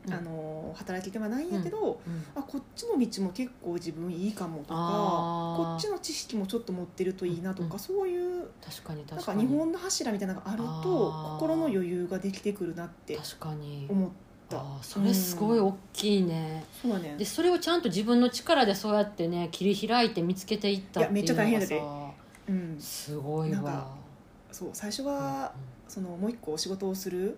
Speaker 2: あの働き手はないんやけど、
Speaker 1: うんうん
Speaker 2: あこっちの道も結構自分いいかもとかこ
Speaker 1: あ
Speaker 2: っち
Speaker 1: ー
Speaker 2: の知識もちょっと持ってるといいなとか、
Speaker 1: うん
Speaker 2: そういう
Speaker 1: 確かに
Speaker 2: なん
Speaker 1: 確
Speaker 2: か
Speaker 1: か
Speaker 2: 日
Speaker 1: に
Speaker 2: 本の柱みたいなのがあると
Speaker 1: あー
Speaker 2: 心の余裕ができてくるなって
Speaker 1: 確かに
Speaker 2: 思っ
Speaker 1: あ
Speaker 2: た
Speaker 1: ーそれすごい大きいね、
Speaker 2: そうだね
Speaker 1: でそれをちゃんと自分の力でそうやってね切り開いて見つけていったっていうの
Speaker 2: いやめ
Speaker 1: が
Speaker 2: っちゃ大変
Speaker 1: さ
Speaker 2: うん、
Speaker 1: すごい
Speaker 2: なん
Speaker 1: わ
Speaker 2: かそう最初は、そのもう一個仕事をする
Speaker 1: うんうん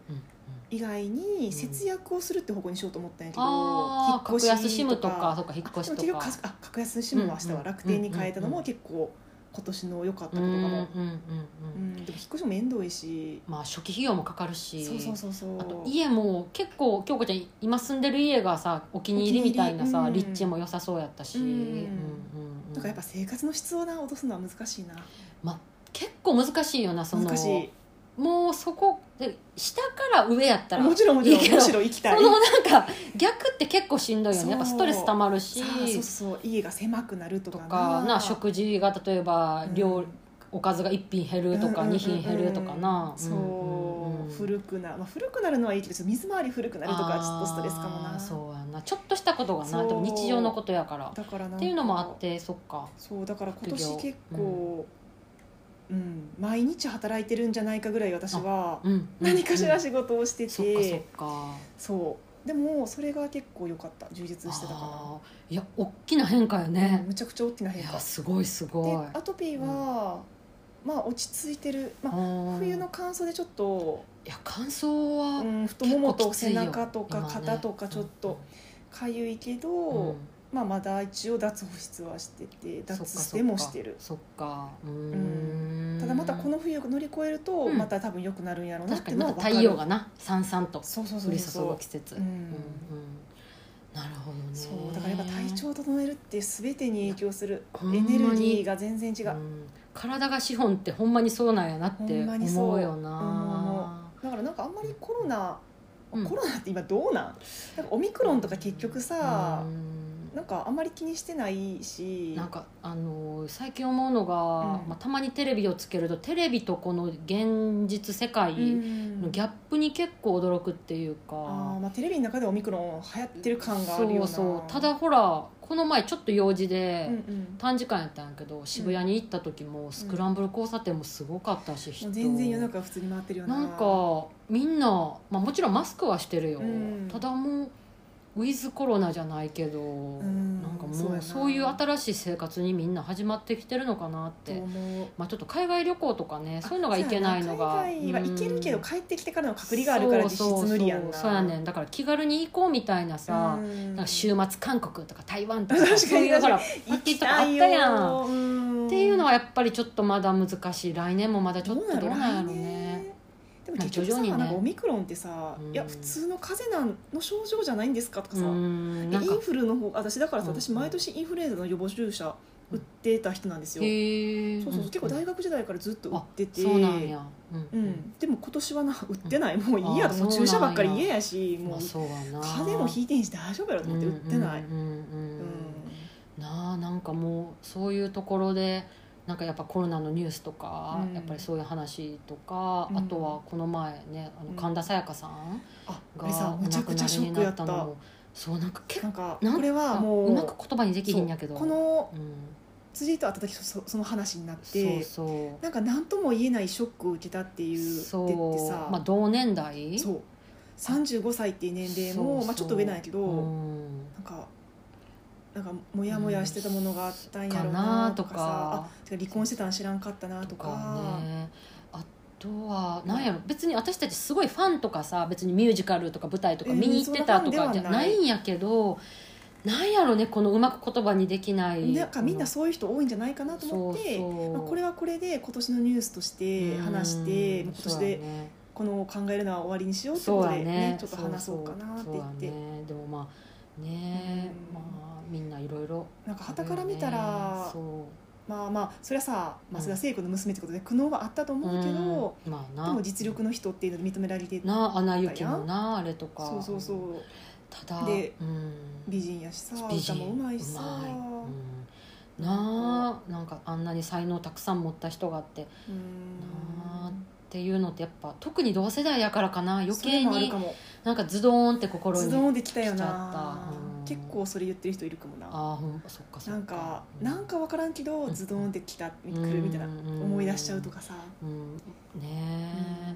Speaker 2: 以外
Speaker 1: ん
Speaker 2: に節約をするって方向にしようと思ったんやけど、
Speaker 1: ああー格安シムとか
Speaker 2: あ
Speaker 1: そうか引っ
Speaker 2: でも
Speaker 1: 越し
Speaker 2: 結
Speaker 1: と
Speaker 2: 局
Speaker 1: か
Speaker 2: かあ格安シムは明日は楽天に変えたの
Speaker 1: うんうんうんう
Speaker 2: も
Speaker 1: ん
Speaker 2: 結構今年の良かった
Speaker 1: う
Speaker 2: こ
Speaker 1: ん
Speaker 2: と
Speaker 1: う
Speaker 2: か
Speaker 1: んうん
Speaker 2: も、
Speaker 1: う
Speaker 2: うんん、でも引っ越しも面倒いし
Speaker 1: まあ初期費用もかかるし
Speaker 2: そうそうそうそう
Speaker 1: あと家も結構京子ちゃん今住んでる家がさお気に入りみたいなさ、
Speaker 2: お気に入りうん
Speaker 1: 立地も良さそうやったし、
Speaker 2: うん
Speaker 1: うんうんうん
Speaker 2: なんかやっぱ生活の質をな落とすのは難しいな
Speaker 1: 結構難しいよなその
Speaker 2: 難しい
Speaker 1: もうそこで下から上やったら
Speaker 2: もちろんもち
Speaker 1: い
Speaker 2: ろ
Speaker 1: い
Speaker 2: ん
Speaker 1: けど
Speaker 2: むしろ行きたい
Speaker 1: そのなんか逆って結構しんどいよ
Speaker 2: そう
Speaker 1: ねやっぱストレス溜まるし
Speaker 2: さあそうそう家が狭くなると
Speaker 1: と
Speaker 2: かな
Speaker 1: かな食事が例えば量、
Speaker 2: うん
Speaker 1: おかずが1品減るとか
Speaker 2: うんうんうんうん
Speaker 1: 2品減るとかな、
Speaker 2: そうん
Speaker 1: んん
Speaker 2: 古くな、まあ、古くなるのはいいけどちょっと水回り古くなるとかちょっとストレスかも
Speaker 1: あー
Speaker 2: な
Speaker 1: そうやなちょっとしたことがな
Speaker 2: そう
Speaker 1: でも日常のことやからっ
Speaker 2: だからなんか
Speaker 1: ていうのもあってそっか
Speaker 2: そうだから
Speaker 1: 副
Speaker 2: 今
Speaker 1: 業
Speaker 2: 年結構、うん毎日働いてるんじゃないかぐらい私は
Speaker 1: うんうん
Speaker 2: 何かしら
Speaker 1: うん
Speaker 2: 仕事をしてて、
Speaker 1: そっかそっか
Speaker 2: そうでもそれが結構良かった充実してたか
Speaker 1: あーいや大きな変化よ
Speaker 2: ら、
Speaker 1: ね、
Speaker 2: むちゃくちゃ大きない変化
Speaker 1: やすごいすごい
Speaker 2: でアトピーは、まあ落ち着いてる、
Speaker 1: あ
Speaker 2: まあ、
Speaker 1: ー
Speaker 2: 冬の乾燥でちょっと、
Speaker 1: いや乾燥は、
Speaker 2: うん、太ももと背中とか
Speaker 1: 結構きついよ
Speaker 2: 肩とかちょっとかゆいけど、
Speaker 1: 今ねうん
Speaker 2: まあ、まだ一応脱保湿はして
Speaker 1: そっ
Speaker 2: て
Speaker 1: か
Speaker 2: 脱
Speaker 1: そっ
Speaker 2: して
Speaker 1: か
Speaker 2: もしてる
Speaker 1: そっかうーん
Speaker 2: ただまたこの冬乗り越えると、
Speaker 1: うん
Speaker 2: また多分良くなるんやろうなっ
Speaker 1: 確か
Speaker 2: て
Speaker 1: に
Speaker 2: の
Speaker 1: ま
Speaker 2: は
Speaker 1: た
Speaker 2: 分かる
Speaker 1: 太陽がなさんさんと
Speaker 2: そうそうそ
Speaker 1: 降
Speaker 2: う
Speaker 1: り
Speaker 2: そ
Speaker 1: 注
Speaker 2: う
Speaker 1: ぐ季節
Speaker 2: うん
Speaker 1: うんうんなるほどね
Speaker 2: そうだからやっぱ体調を整えるって全てに影響する
Speaker 1: ほんま
Speaker 2: エ
Speaker 1: に
Speaker 2: ネルギーが全然違う、
Speaker 1: うん体が資本ってほんまにそうなんやなって
Speaker 2: ほんまにそう
Speaker 1: 思うよ
Speaker 2: 思
Speaker 1: な
Speaker 2: だからなんかあんまりコロナ、
Speaker 1: うん
Speaker 2: コロナって今どうなんなんかオミクロンとか結局さ
Speaker 1: う、ん
Speaker 2: なんかあんまり気にしてないし
Speaker 1: なんかあのー最近思うのが、
Speaker 2: う
Speaker 1: ま
Speaker 2: ん
Speaker 1: あ、たまにテレビをつけるとテレビとこの現実世界
Speaker 2: うん
Speaker 1: のギャップに結構驚くっていうか、
Speaker 2: あーまあ、テレビの中でオミクロン流行ってる感があるような
Speaker 1: そうそうただほらこの前ちょっと用事で
Speaker 2: うんうん
Speaker 1: 短時間やったんやけど渋谷に行った時もスクランブル交差点もすごかったし、
Speaker 2: も
Speaker 1: 人
Speaker 2: う全然夜中は普通に回ってるよな
Speaker 1: なんかみんな、まあ、もちろんマスクはしてるよ、
Speaker 2: うん
Speaker 1: ただもうウィズコロナじゃないけど、
Speaker 2: ん
Speaker 1: なんか
Speaker 2: そう
Speaker 1: も
Speaker 2: や
Speaker 1: う
Speaker 2: な
Speaker 1: そういう新しい生活にみんな始まってきてるのかなっ
Speaker 2: と
Speaker 1: て、
Speaker 2: 思う
Speaker 1: まあ、ちょっと海外旅行とかねそういうのが
Speaker 2: あ
Speaker 1: 行けないのが
Speaker 2: そうやな海外は行けるけど
Speaker 1: うん
Speaker 2: 帰ってきてからの隔離があるから実質無理やんな
Speaker 1: そうそうそうそうやねんだから気軽に行こうみたいなさ、
Speaker 2: うん
Speaker 1: なんか週末韓国とか台湾とか
Speaker 2: 確かに
Speaker 1: そういうほら
Speaker 2: 行きた
Speaker 1: パッケージとかあっ
Speaker 2: いよ
Speaker 1: たやん
Speaker 2: うん
Speaker 1: っていうのはやっぱりちょっとまだ難しい来年もまだちょっとどうなんやろうね
Speaker 2: でも結局さ、
Speaker 1: まあ徐々にね
Speaker 2: なんかオミクロンってさ、
Speaker 1: うん
Speaker 2: いや普通の風邪なんの症状じゃないんですかとか
Speaker 1: う
Speaker 2: さ、
Speaker 1: んなん
Speaker 2: イ
Speaker 1: か
Speaker 2: ンフルの方私だからさ、
Speaker 1: うん
Speaker 2: 私毎年インフルエンザの予防注射打ってた人なんですよ、
Speaker 1: へえ
Speaker 2: そうそうそう結構大学時代からずっと打ってて
Speaker 1: そうなんやうん
Speaker 2: う
Speaker 1: うん
Speaker 2: ん、でも今年はな売ってない、もういい
Speaker 1: あ
Speaker 2: や
Speaker 1: ー
Speaker 2: とも
Speaker 1: そうなん
Speaker 2: う
Speaker 1: や
Speaker 2: 注射ばっかり家やし
Speaker 1: ま
Speaker 2: も
Speaker 1: あ
Speaker 2: う
Speaker 1: そうやな
Speaker 2: 風邪もひいてんし大丈夫やろと思って売ってない、
Speaker 1: うんうんうん
Speaker 2: うん
Speaker 1: うんなあなんかもうそういうところでなんかやっぱコロナのニュースとか、
Speaker 2: うん
Speaker 1: やっぱりそういう話とか、
Speaker 2: うん
Speaker 1: あとはこの前ねあの神田沙也加さん
Speaker 2: ああれ
Speaker 1: が
Speaker 2: さむちゃくちゃショックやった
Speaker 1: お亡くなりになの
Speaker 2: な
Speaker 1: もそうなんか結構
Speaker 2: んか
Speaker 1: なんか
Speaker 2: これはもう
Speaker 1: うまく言葉にできひんやけど
Speaker 2: そうこの
Speaker 1: うん
Speaker 2: 辻と会った時そその話になっ
Speaker 1: そう
Speaker 2: て
Speaker 1: そ
Speaker 2: なんか何とも言えないショックを受けたって
Speaker 1: う
Speaker 2: いう
Speaker 1: そ
Speaker 2: ってって
Speaker 1: う
Speaker 2: さ、
Speaker 1: まあ同年代
Speaker 2: そう35歳っていう年齢も
Speaker 1: そうそう
Speaker 2: まあ、ちょっと上なんやけど、
Speaker 1: うん
Speaker 2: なんかなんかモヤモヤしてたものがあったんや
Speaker 1: か
Speaker 2: ろう
Speaker 1: な
Speaker 2: な
Speaker 1: と
Speaker 2: とかさ
Speaker 1: か
Speaker 2: あてか離婚してたん知らんかったなと
Speaker 1: と
Speaker 2: か
Speaker 1: かねあとはなんやろ別に私たちすごいファンとかさ別にミュージカルとか舞台とか見に行ってたとかじゃ
Speaker 2: うんそんなファンではな
Speaker 1: ないいんやけどなんやろねこのうまく言葉にできない
Speaker 2: なんかみんなそういう人多いんじゃないかなと思って
Speaker 1: そうそう
Speaker 2: まあ、これはこれで今年のニュースとして話して、
Speaker 1: うん
Speaker 2: 今年
Speaker 1: そうや
Speaker 2: で
Speaker 1: ね
Speaker 2: この考えるのは終わりにしようって
Speaker 1: そ
Speaker 2: こ
Speaker 1: う
Speaker 2: と
Speaker 1: や
Speaker 2: で、ね
Speaker 1: ね
Speaker 2: ちょっと話そうかなって言って、
Speaker 1: そうやね、でもまあね
Speaker 2: うん
Speaker 1: まあみんないろいろ
Speaker 2: なんか傍から見たら、
Speaker 1: そ
Speaker 2: まあまあそれはさ増田聖子の娘ってことで苦悩はあったと
Speaker 1: う
Speaker 2: 思うけど、
Speaker 1: うんまあな
Speaker 2: でも実力の人っていうので認められて
Speaker 1: なアナ雪もなあれとか
Speaker 2: そうそうそう
Speaker 1: ただ
Speaker 2: で
Speaker 1: うん、
Speaker 2: 美人やしさ
Speaker 1: 美
Speaker 2: 歌
Speaker 1: 人
Speaker 2: もうまいしさ
Speaker 1: うまいうんなあなんなんかあんなに才能たくさん持った人があってっ
Speaker 2: うー
Speaker 1: なあ
Speaker 2: ん
Speaker 1: ていうのってやっぱ特に同世代やからかな余
Speaker 2: それ
Speaker 1: 計
Speaker 2: もある
Speaker 1: に
Speaker 2: かも
Speaker 1: なんかズドーンって心
Speaker 2: ズ
Speaker 1: に
Speaker 2: ドンできたよ
Speaker 1: 来ちゃ
Speaker 2: な
Speaker 1: ったうん
Speaker 2: 結構それ言ってる人いるかもな
Speaker 1: ああほんそっかそっか
Speaker 2: なんかなんか分からんけど
Speaker 1: うん
Speaker 2: ズドンできたく
Speaker 1: うん
Speaker 2: るみたいな思い出しちゃうとかさ
Speaker 1: うんねえ、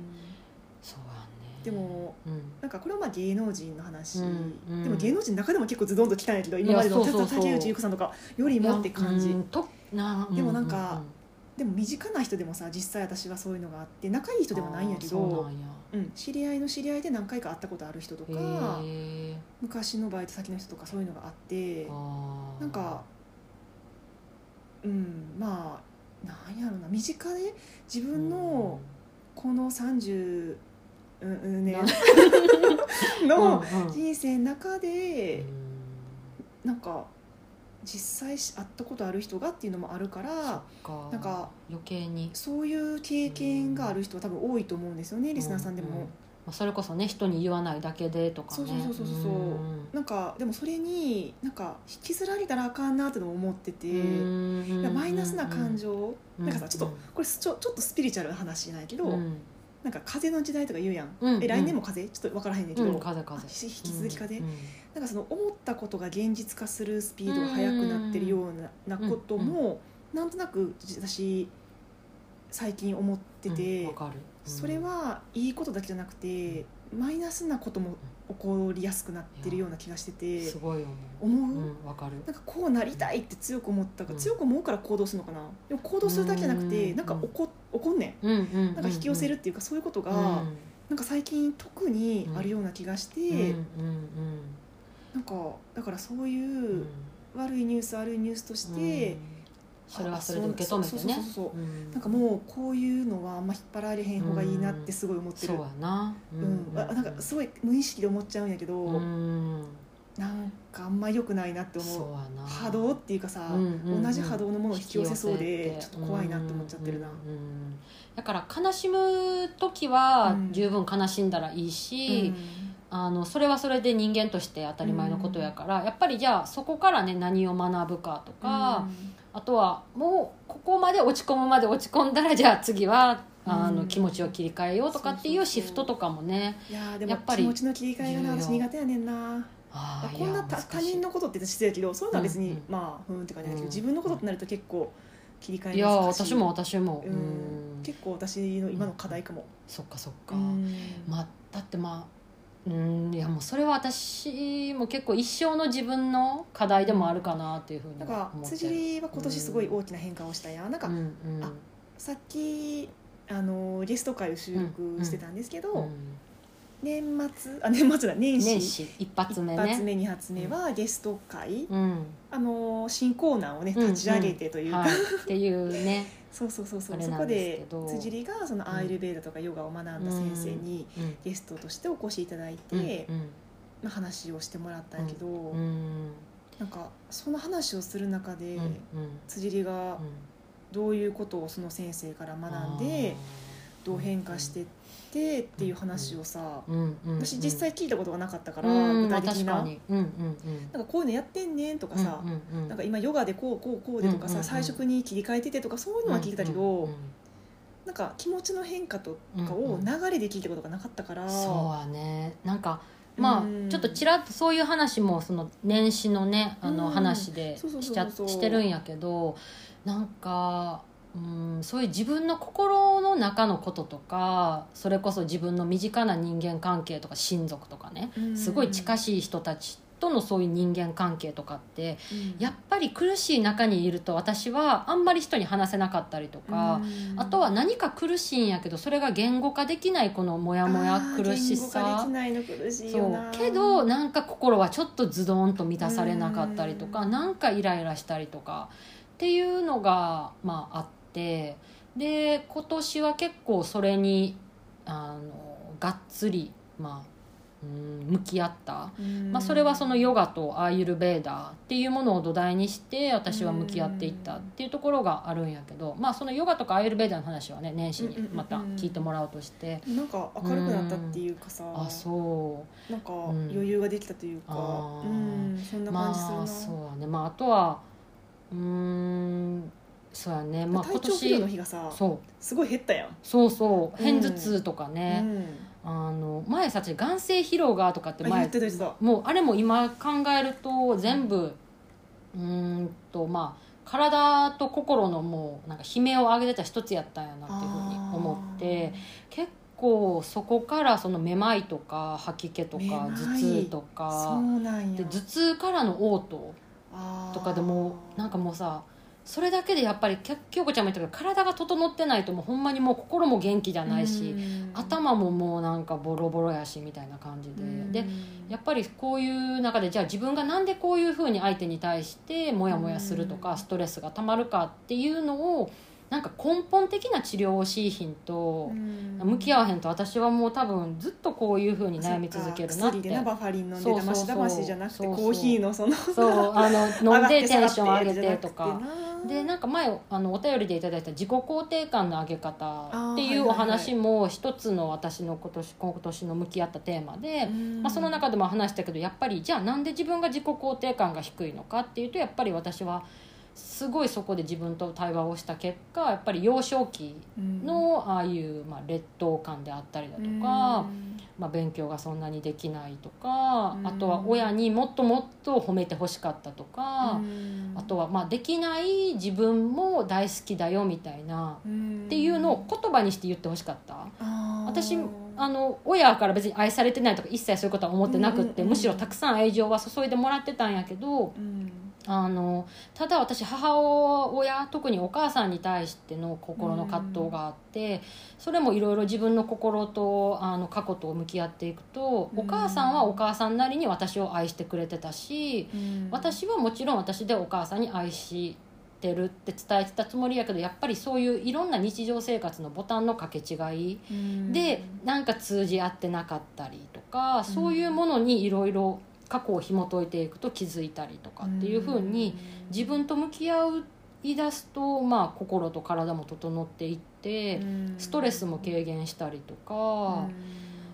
Speaker 1: そうやね
Speaker 2: でも
Speaker 1: うん
Speaker 2: なんかこれはまあ芸能人の話、
Speaker 1: うんうん
Speaker 2: でも芸能人の中でも結構ズドンときたんやけど
Speaker 1: いや
Speaker 2: 今までの
Speaker 1: そうそうそう
Speaker 2: 竹内優子さんとかよりもって感じ、
Speaker 1: うんとな
Speaker 2: でもなんかでも身近な人でもさ実際私はそういうのがあって仲いい人でもないんやけ
Speaker 1: あーそう
Speaker 2: ど
Speaker 1: な、んや
Speaker 2: うん、知り合いの知り合いで何回か会ったことある人とか、
Speaker 1: へえ
Speaker 2: 昔のバイト先の人とかそういうのがあって
Speaker 1: あー
Speaker 2: なんかうんまあなんやろな身近で自分のこの30うんうん年 の
Speaker 1: うんうん
Speaker 2: 人生の中で
Speaker 1: うん
Speaker 2: なんか実際し会ったことある人がっていうのもあるから
Speaker 1: か
Speaker 2: なんか
Speaker 1: 余計に
Speaker 2: そういう経験がある人は多分多いと思うんですよねリスナーさんでも。
Speaker 1: ううまあ、それこそね人に言わないだけでとかね
Speaker 2: そうそうそうそうそうんなんかでもそれになんか引きずられたらあかんなってのも思ってて、
Speaker 1: うん
Speaker 2: マイナスな感情、
Speaker 1: うん
Speaker 2: なんかさちょっとこれちょちょっとスピリチュアルな話なんやけど、
Speaker 1: うん
Speaker 2: なんか風の時代とか言うやん、
Speaker 1: うん
Speaker 2: え来年も風ちょっと分からへんねんけ
Speaker 1: う
Speaker 2: ど、
Speaker 1: ん、風風
Speaker 2: あし引き続き風、
Speaker 1: うんうん
Speaker 2: なんかその思ったことが現実化するスピードが速くなってるような,、なことも、なんとなく私最近思ってて、
Speaker 1: うんわかるうん
Speaker 2: それはいいことだけじゃなくてマイナスなことも起こりやすくなってるような気がしてて。
Speaker 1: すごい思う
Speaker 2: 思う、
Speaker 1: うんわかる
Speaker 2: なんかこうなりたいって強く思ったから、
Speaker 1: うん
Speaker 2: 強く思うから行動するのかなでも行動するだけじゃなくて、
Speaker 1: うん
Speaker 2: なんか怒怒んね
Speaker 1: うんうんうんうん
Speaker 2: んなんか引き寄せるっていうかそういうことが、
Speaker 1: うん
Speaker 2: なんか最近特にあるような気がして、
Speaker 1: うんうん
Speaker 2: なんかだからそういううん悪いニュース悪いニュースとして、
Speaker 1: うんそれはそれで受け止めて
Speaker 2: あ
Speaker 1: ね
Speaker 2: そうそうそうそうそう
Speaker 1: うん
Speaker 2: なんかもうこういうのはあんま引っ張られへん方がいいなってすごい思って
Speaker 1: そ
Speaker 2: る、
Speaker 1: う
Speaker 2: うん
Speaker 1: やなうん
Speaker 2: あなんかすごい無意識で思っちゃうんやけど、
Speaker 1: うん
Speaker 2: なんかあんま良くないなって思う
Speaker 1: そうやな
Speaker 2: 波動っていうかさ、
Speaker 1: うんうんうん
Speaker 2: 同じ波動のものを引き寄せそうで
Speaker 1: 引き寄
Speaker 2: ち
Speaker 1: せ
Speaker 2: ょ
Speaker 1: て
Speaker 2: っと怖いなって思っちゃってるな、
Speaker 1: うん
Speaker 2: う
Speaker 1: うんうんだから悲しむ時は
Speaker 2: うん
Speaker 1: 十分悲しんだらいいし、
Speaker 2: ん
Speaker 1: あのそれはそれで人間として当たり前のことやから、やっぱりじゃあそこからね何を学ぶかとか、あとはもうここまで落ち込むまで落ち込んだらじゃあ次はあの
Speaker 2: うん
Speaker 1: 気持ちを切り替えようとかってい
Speaker 2: そううそうそ
Speaker 1: シ
Speaker 2: う
Speaker 1: フトとかもね
Speaker 2: いやーでも
Speaker 1: やっぱり
Speaker 2: 気持ちの切り替えが
Speaker 1: 重
Speaker 2: な
Speaker 1: 要
Speaker 2: 私苦手やねんな
Speaker 1: あー
Speaker 2: こん
Speaker 1: い
Speaker 2: な
Speaker 1: や
Speaker 2: た他
Speaker 1: 難しい
Speaker 2: 人のことって失礼やけどそういうのは別に、
Speaker 1: うんうん
Speaker 2: まあふーんって感じだけど、
Speaker 1: うん
Speaker 2: 自分のことってなると結構切り替え難し
Speaker 1: いや私も私も、
Speaker 2: う
Speaker 1: うんん
Speaker 2: 結構私の今の課題かも、
Speaker 1: そっかそっか、
Speaker 2: うん
Speaker 1: まあだってまあうんいやもうそれは私も結構一生の自分の課題でもあるかなっていうふうに
Speaker 2: なん
Speaker 1: は
Speaker 2: か
Speaker 1: 思ってる
Speaker 2: 辻は今年すごい大きな変化をしたやん、なんか
Speaker 1: うんうん
Speaker 2: あさっきあのゲスト会を収録してたんですけど、
Speaker 1: うん
Speaker 2: 年末あ年末だ年始
Speaker 1: 年始一発目
Speaker 2: 一
Speaker 1: ね
Speaker 2: 発目二発目はゲスト会、
Speaker 1: うん
Speaker 2: あのー新コーナーをね
Speaker 1: うん
Speaker 2: 立ち上げてというか、
Speaker 1: はい、っていうね、
Speaker 2: そうそうそうそ
Speaker 1: あ
Speaker 2: う
Speaker 1: れ
Speaker 2: そ
Speaker 1: な
Speaker 2: こ
Speaker 1: んです
Speaker 2: で
Speaker 1: けど
Speaker 2: 辻利がそのアーユルベーダとかヨガを学んだ先生に
Speaker 1: うん
Speaker 2: ゲストとしてお越しいただいて、
Speaker 1: うん
Speaker 2: まあ話をしてもらったんやけど、
Speaker 1: うんうん
Speaker 2: なんかその話をする中で、
Speaker 1: うんうん
Speaker 2: 辻利がどういうことをその先生から学んで、どう変化してってっていう話をさ、
Speaker 1: うんうんうん、
Speaker 2: 私実際聞いたことがなかったから、
Speaker 1: うん
Speaker 2: 具体的な
Speaker 1: まあ確かにうんうんうん
Speaker 2: なんかこういうのやってんねんとかさ、
Speaker 1: うんうんうん、
Speaker 2: なんか今ヨガでこうこうこうでとか
Speaker 1: うんうん
Speaker 2: さ
Speaker 1: うん
Speaker 2: 最初に切り替えててとかそういうのは聞いてたけ
Speaker 1: うんうん
Speaker 2: ど
Speaker 1: うん
Speaker 2: なんか気持ちの変化とか
Speaker 1: うんう
Speaker 2: を
Speaker 1: ん
Speaker 2: 流れで聞いたことがなかったから
Speaker 1: そうやねなんかまあ
Speaker 2: うん
Speaker 1: ちょっとちらっとそういう話もその年始のねあの
Speaker 2: うん
Speaker 1: 話で
Speaker 2: そうそうそうそう
Speaker 1: しちゃしてるんやけどなんかうんそういう自分の心の中のこととかそれこそ自分の身近な人間関係とか親族とかね
Speaker 2: うん
Speaker 1: すごい近しい人たちとのそういう人間関係とかってやっぱり苦しい中にいると私はあんまり人に話せなかったりとか。あとは何か苦しいんやけどそれが言語化できないこのモヤモヤ苦し
Speaker 2: 言語化で
Speaker 1: さ
Speaker 2: きないの苦しい
Speaker 1: そ
Speaker 2: よ
Speaker 1: う
Speaker 2: な
Speaker 1: けどなんか心はちょっとズドンと満たされなかったりとか
Speaker 2: うん
Speaker 1: なんかイライラしたりとかっていうのが、まあ、あってで今年は結構それにあのがっつり、まあ、うん向き合った。
Speaker 2: うん
Speaker 1: まあ、それはそのヨガとアーユルベーダーっていうものを土台にして私は向き合っていったっていうところがあるんやけど、まあ、そのヨガとかアーユルベーダーの話はね年始にまた聞いてもらうとして、
Speaker 2: なんか明るくなったっていうかさ
Speaker 1: あそう
Speaker 2: なんか
Speaker 1: うん
Speaker 2: 余裕ができたというか
Speaker 1: あー
Speaker 2: うんそんな
Speaker 1: ま
Speaker 2: 感じするな
Speaker 1: あそうね、まあ、あとはうーんそうやねまあ今
Speaker 2: 体調不良の
Speaker 1: 年
Speaker 2: 日がさ
Speaker 1: そう
Speaker 2: すごい減ったやん、
Speaker 1: そうそう
Speaker 2: うん
Speaker 1: 片頭痛とか
Speaker 2: う
Speaker 1: ね、
Speaker 2: ん
Speaker 1: あの前さち眼性疲労がとかって
Speaker 2: あ言っ
Speaker 1: 前
Speaker 2: てた言ってた
Speaker 1: もうあれも今考えると全部うーんとまあ体と心のもうなんか悲鳴を上げてた一つやったんやなっていうふうに思って結構そこからそのめまいとか吐き気とか
Speaker 2: めまい
Speaker 1: 頭痛と
Speaker 2: あーそ
Speaker 1: か
Speaker 2: うなんや
Speaker 1: で頭痛からの嘔吐
Speaker 2: あー
Speaker 1: とかでもなんかもうさそれだけでやっぱりきょ京子ちゃんも言ったけど体が整ってないともうほんまにもう心も元気じゃないし、
Speaker 2: うん
Speaker 1: 頭ももうなんかボロボロやしみたいな感じで、
Speaker 2: うん
Speaker 1: でやっぱりこういう中でじゃあ自分がなんでこういうふうに相手に対してモヤモヤすると
Speaker 2: う
Speaker 1: か
Speaker 2: ん
Speaker 1: ストレスがたまるかっていうのをなんか根本的な治療をしいひんと向き合わへんと私はもう多分ずっとこういうふうに悩み続けるなっ
Speaker 2: 薬でな
Speaker 1: て
Speaker 2: バファリン飲ん
Speaker 1: そ
Speaker 2: で
Speaker 1: うそう
Speaker 2: だま
Speaker 1: そう
Speaker 2: しだましじゃなくて
Speaker 1: そうそう
Speaker 2: コーヒーのその
Speaker 1: そうあ の飲んで
Speaker 2: 上
Speaker 1: テ
Speaker 2: が
Speaker 1: ン
Speaker 2: って
Speaker 1: シ
Speaker 2: 下
Speaker 1: ョン
Speaker 2: がっ
Speaker 1: 上げてと
Speaker 2: じゃ
Speaker 1: か
Speaker 2: なくて
Speaker 1: で
Speaker 2: な
Speaker 1: なんか前あのお便りでいただいた自己肯定感の上げ方っていう
Speaker 2: あーはいはいはい
Speaker 1: お話も一つの私の今年今年の向き合ったテーマで。まあ、その中でも話したけどやっぱりじゃあなんで自分が自己肯定感が低いのかっていうとやっぱり私はすごいそこで自分と対話をした結果やっぱり幼少期のああいうまあ劣等感であったりだとか、まあ、勉強がそんなにできないとか、
Speaker 2: うん
Speaker 1: あとは親にもっともっと褒めてほしかったとか、あと
Speaker 2: は
Speaker 1: はまあできない自分も大好きだよみたいなっていうのを言葉にして言ってほしかった。私あの親から別に愛されてないとか一切そういうことは思ってなくって、
Speaker 2: うんうんうん
Speaker 1: むしろたくさん愛情は注いでもらってたんやけどあのただ私母親特にお母さんに対しての心の葛藤があって、それもいろいろ自分の心とあの過去と向き合っていくと、
Speaker 2: うん
Speaker 1: お母さんはお母さんなりに私を愛してくれてたし、私はもちろん私でお母さんに愛してるって伝えてたつもりやけどやっぱりそういういろんな日常生活のボタンの掛け違い、でなんか通じ合ってなかったりとかそういうものにいろいろ過去を紐解いていくと気づいたりとかっていうふうに自分と向き合う言い出すと、まあ、心と体も整っていってストレスも軽減したりとか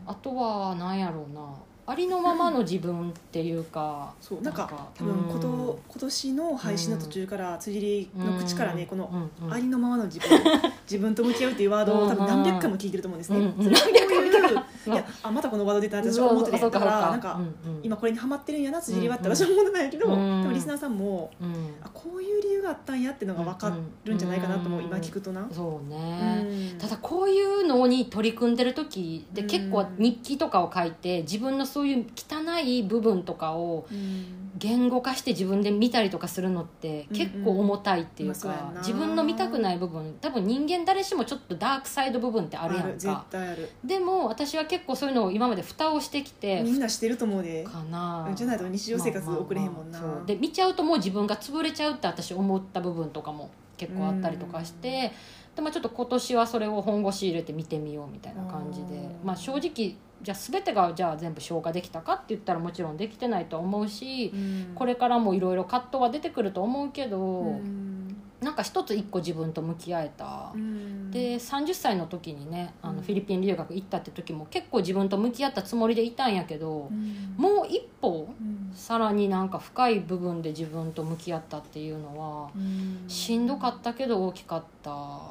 Speaker 1: あとは何やろうなありのままの自分っていうか
Speaker 2: そうなん
Speaker 1: なん
Speaker 2: か
Speaker 1: か
Speaker 2: 多分こ
Speaker 1: う
Speaker 2: と
Speaker 1: ん
Speaker 2: 今年の配信の途中から辻りの口からねこの
Speaker 1: うんうん
Speaker 2: ありのままの自分自分と向き合うっていうワードを多分何百回も聞いてると思うんですね。
Speaker 1: うんうん
Speaker 2: それこういう
Speaker 1: うん
Speaker 2: いやあまたこのワード出たって私
Speaker 1: そ
Speaker 2: は
Speaker 1: う
Speaker 2: 思ってた
Speaker 1: そう
Speaker 2: だ
Speaker 1: か
Speaker 2: か
Speaker 1: そう
Speaker 2: ら
Speaker 1: か
Speaker 2: なんか
Speaker 1: うんうん
Speaker 2: 今これにハマってるんやな辻りはって
Speaker 1: うんうん
Speaker 2: 私は思ってないけど、
Speaker 1: うん
Speaker 2: 多分リスナーさんも
Speaker 1: うん
Speaker 2: あこういう理由があったんやってのが分かるんじゃないかなと思う、
Speaker 1: うん
Speaker 2: 今聞くとな。
Speaker 1: そうね、
Speaker 2: うん
Speaker 1: ただこういうのに取り組んでる時で
Speaker 2: うん
Speaker 1: 結構日記とかを書いて自分のそういう汚い部分とかを
Speaker 2: うん
Speaker 1: 言語化して自分で見たりとかするのって結構重たいっていうか、
Speaker 2: うんうんまあそうやな
Speaker 1: 自分の見たくない部分多分人間誰しもちょっとダークサイド部分ってあるやん
Speaker 2: 絶
Speaker 1: か
Speaker 2: 対ある
Speaker 1: でも私は結構そういうのを今まで蓋をしてきて
Speaker 2: みんなしてると思うで
Speaker 1: かな
Speaker 2: じゃないと日常生活送れへんもん
Speaker 1: ま
Speaker 2: な、
Speaker 1: あまあまあそうで見ちゃうともう自分が潰れちゃうって私思った部分とかも結構あったりとかして、でまあ、ちょっと今年はそれを本腰入れて見てみようみたいな感じで、
Speaker 2: うん
Speaker 1: まあ、正直じゃあ全てがじゃあ全部消化できたかって言ったらもちろんできてないとは思うし、
Speaker 2: うん
Speaker 1: これからもいろいろ葛藤は出てくると思うけど、
Speaker 2: うん
Speaker 1: なんか一つ一個自分と向き合えた。
Speaker 2: うん
Speaker 1: で30歳の時にねあ
Speaker 2: うん
Speaker 1: のフィリピン留学行ったって時も結構自分と向き合ったつもりでいたんやけど
Speaker 2: う、ん
Speaker 1: もう一歩
Speaker 2: うん
Speaker 1: さらになんか深い部分で自分と向き合ったっていうのは
Speaker 2: うん
Speaker 1: しんどかったけど大きかった
Speaker 2: ま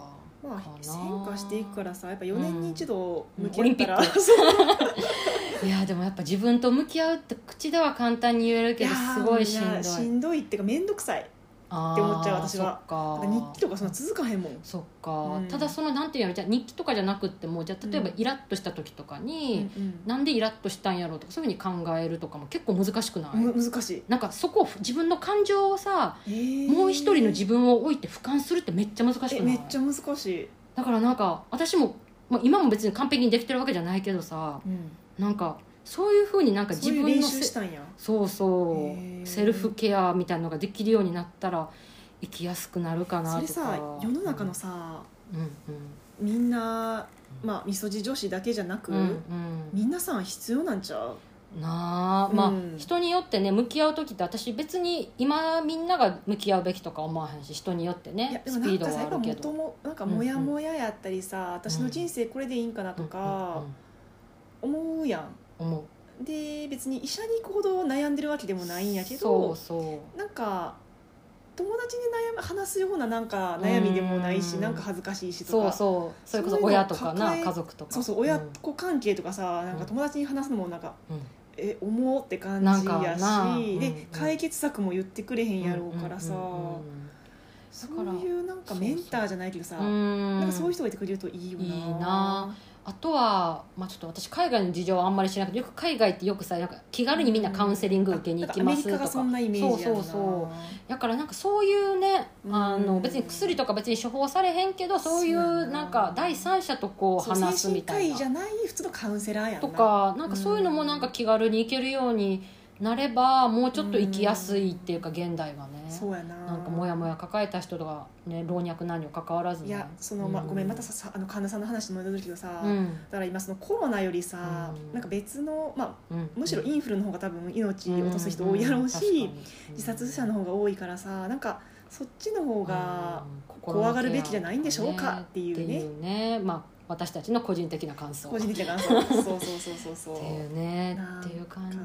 Speaker 1: かな
Speaker 2: あ、変化していくからさやっぱ4年に一度向き
Speaker 1: うんオリ
Speaker 2: 合っ
Speaker 1: ンピ
Speaker 2: た
Speaker 1: ッ
Speaker 2: ら、
Speaker 1: ク
Speaker 2: そう
Speaker 1: いやでもやっぱ自分と向き合うって口では簡単に言えるけどすごいしんどい
Speaker 2: やーしんどいっていうか面倒くさい
Speaker 1: あー
Speaker 2: って思っちゃう私は
Speaker 1: そ
Speaker 2: な
Speaker 1: っ
Speaker 2: ん
Speaker 1: か
Speaker 2: か日記とかそんな続かへんもん
Speaker 1: そっか、
Speaker 2: うん
Speaker 1: ただそのなんていうのじゃあ日記とかじゃなくってもじゃあ例えば
Speaker 2: うん
Speaker 1: イラッとした時とか
Speaker 2: うん
Speaker 1: に、なんでイラッとしたんやろうとかそういうふうに考えるとかも結構難しくない、
Speaker 2: うんむ難しい、
Speaker 1: なんかそこを自分の感情をさ
Speaker 2: えー
Speaker 1: もう一人の自分を置いて俯瞰するってめっちゃ難しくない
Speaker 2: えめっちゃ難しい、
Speaker 1: だからなんか私も、まあ、今も別に完璧にできてるわけじゃないけどさなんかそういうふうになんか
Speaker 2: そ
Speaker 1: 自
Speaker 2: うい
Speaker 1: 分
Speaker 2: う
Speaker 1: の
Speaker 2: 練
Speaker 1: せ
Speaker 2: 習したんや
Speaker 1: そうそ
Speaker 2: へ
Speaker 1: う
Speaker 2: ー
Speaker 1: セルフケアみたいなのができるようになったら生きやすくなるかな
Speaker 2: そ
Speaker 1: と
Speaker 2: れ
Speaker 1: か
Speaker 2: さ世の中のさ、
Speaker 1: うんうん
Speaker 2: みんなまあみそじ女子だけじゃなく、
Speaker 1: うんうん
Speaker 2: みんなさん必要なんちゃう
Speaker 1: なあまあ、
Speaker 2: うん
Speaker 1: 人によってね向き合う時って私別に今みんなが向き合うべきとか思わへんし人によって
Speaker 2: いや
Speaker 1: ね
Speaker 2: でも
Speaker 1: ス
Speaker 2: な
Speaker 1: ピ
Speaker 2: ん
Speaker 1: ード
Speaker 2: かさ
Speaker 1: は
Speaker 2: や
Speaker 1: あ
Speaker 2: っぱ
Speaker 1: るけ
Speaker 2: も
Speaker 1: ど
Speaker 2: ともなんかモヤモヤやったりさ、私の人生これでいいんかなとか思うやん、
Speaker 1: うんうんうん思
Speaker 2: で別に医者に行くほど悩んでるわけで
Speaker 1: う
Speaker 2: もないんやけ
Speaker 1: そう
Speaker 2: ど
Speaker 1: そ
Speaker 2: なんか友達に悩む話すようななんか悩みでもないし
Speaker 1: うん
Speaker 2: なんか恥ずかしいしと
Speaker 1: そう
Speaker 2: か
Speaker 1: そうそれこそ
Speaker 2: そういうの
Speaker 1: 親とかな
Speaker 2: 抱え
Speaker 1: 家族とか
Speaker 2: そうそう親子関係とかさなんか友達に話すのもなんか
Speaker 1: うん
Speaker 2: え思うって感
Speaker 1: なん
Speaker 2: じ
Speaker 1: か
Speaker 2: や
Speaker 1: なうん
Speaker 2: し
Speaker 1: う
Speaker 2: で
Speaker 1: ん
Speaker 2: 解決策も言ってくれへ
Speaker 1: うん
Speaker 2: んやろうからさそ
Speaker 1: だから
Speaker 2: ういうなんかメンターじゃないけどさ
Speaker 1: うんうん
Speaker 2: なんかそういう人がいてくれるといいよない
Speaker 1: いなあとは、まあ、ちょっと私海外の事情はあんまり知らなくてよく海外ってよくさなんか気軽にみんなカウンセリング受けに行きますと
Speaker 2: あなんかアメリカがそ
Speaker 1: か
Speaker 2: んなイメージやんな
Speaker 1: そうそうそだからなんかそういうねあ
Speaker 2: う
Speaker 1: の
Speaker 2: ん
Speaker 1: 別に薬とか別に処方されへんけどそういう
Speaker 2: そうやな
Speaker 1: なんか第三者とこう
Speaker 2: そう
Speaker 1: 話すみたい
Speaker 2: 精神科医じ
Speaker 1: な
Speaker 2: ゃない普通のカウンセラーやんな
Speaker 1: とかなんかそういうのもなんか気軽に行けるようになればもうちょっと生きやすいっていうか現代はね
Speaker 2: そうやな
Speaker 1: なんかモヤモヤ抱えた人とか、ね、老若男女関わらずね
Speaker 2: いやそのま
Speaker 1: う
Speaker 2: ごめんまたささあの神田さんの話に戻るけどさ
Speaker 1: う
Speaker 2: だ
Speaker 1: ん
Speaker 2: から今そのコロナよりさ
Speaker 1: うん
Speaker 2: なんか別のまあ
Speaker 1: うん
Speaker 2: むしろインフルの方が多分命落とす人多いやろうし自殺者の方が多いからさなんかそっちの方
Speaker 1: 方
Speaker 2: が怖がるべきじゃないんでしょうかっていう
Speaker 1: って
Speaker 2: ね
Speaker 1: いうね、まあ、私たちの個人的な感想
Speaker 2: 個人的な感想そうそうそうそうそ
Speaker 1: っ
Speaker 2: う
Speaker 1: ていうね
Speaker 2: なん
Speaker 1: っ
Speaker 2: か
Speaker 1: ていう感じで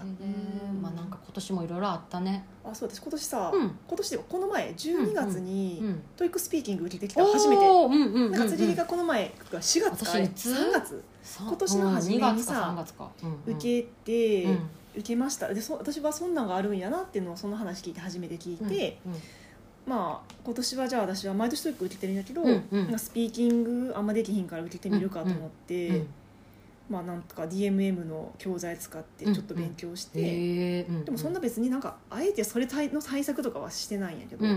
Speaker 2: うん
Speaker 1: まあなんか今年もいろいろあったね
Speaker 2: あそう私今年さ
Speaker 1: うん
Speaker 2: 今年でこの前12月
Speaker 1: う
Speaker 2: に
Speaker 1: ん
Speaker 2: トイックスピーキング受けてきた初めて
Speaker 1: おーうんうんうんうん
Speaker 2: なんか釣りりがこの前4月か
Speaker 1: 私いつ
Speaker 2: 3月
Speaker 1: さ
Speaker 2: 今年の初めに
Speaker 1: うん二月か
Speaker 2: さ
Speaker 1: 三月かうんうん
Speaker 2: 受けて、
Speaker 1: うん
Speaker 2: 受けましたでそ私はそんなんがあるんやなっていうのをその話聞いて初めて聞いて、
Speaker 1: うんうん
Speaker 2: まあ今年はじゃあ私は毎年トイック受けてるんだけど、
Speaker 1: うんうん
Speaker 2: なんかスピーキングあんまできひんから受けてみるかと思って、
Speaker 1: うん
Speaker 2: まあなんとか DMM の教材使ってちょっと勉強して、
Speaker 1: へえ
Speaker 2: でもそんな別になんかあえてそれ対の対策とかはしてないんやけど、
Speaker 1: うんう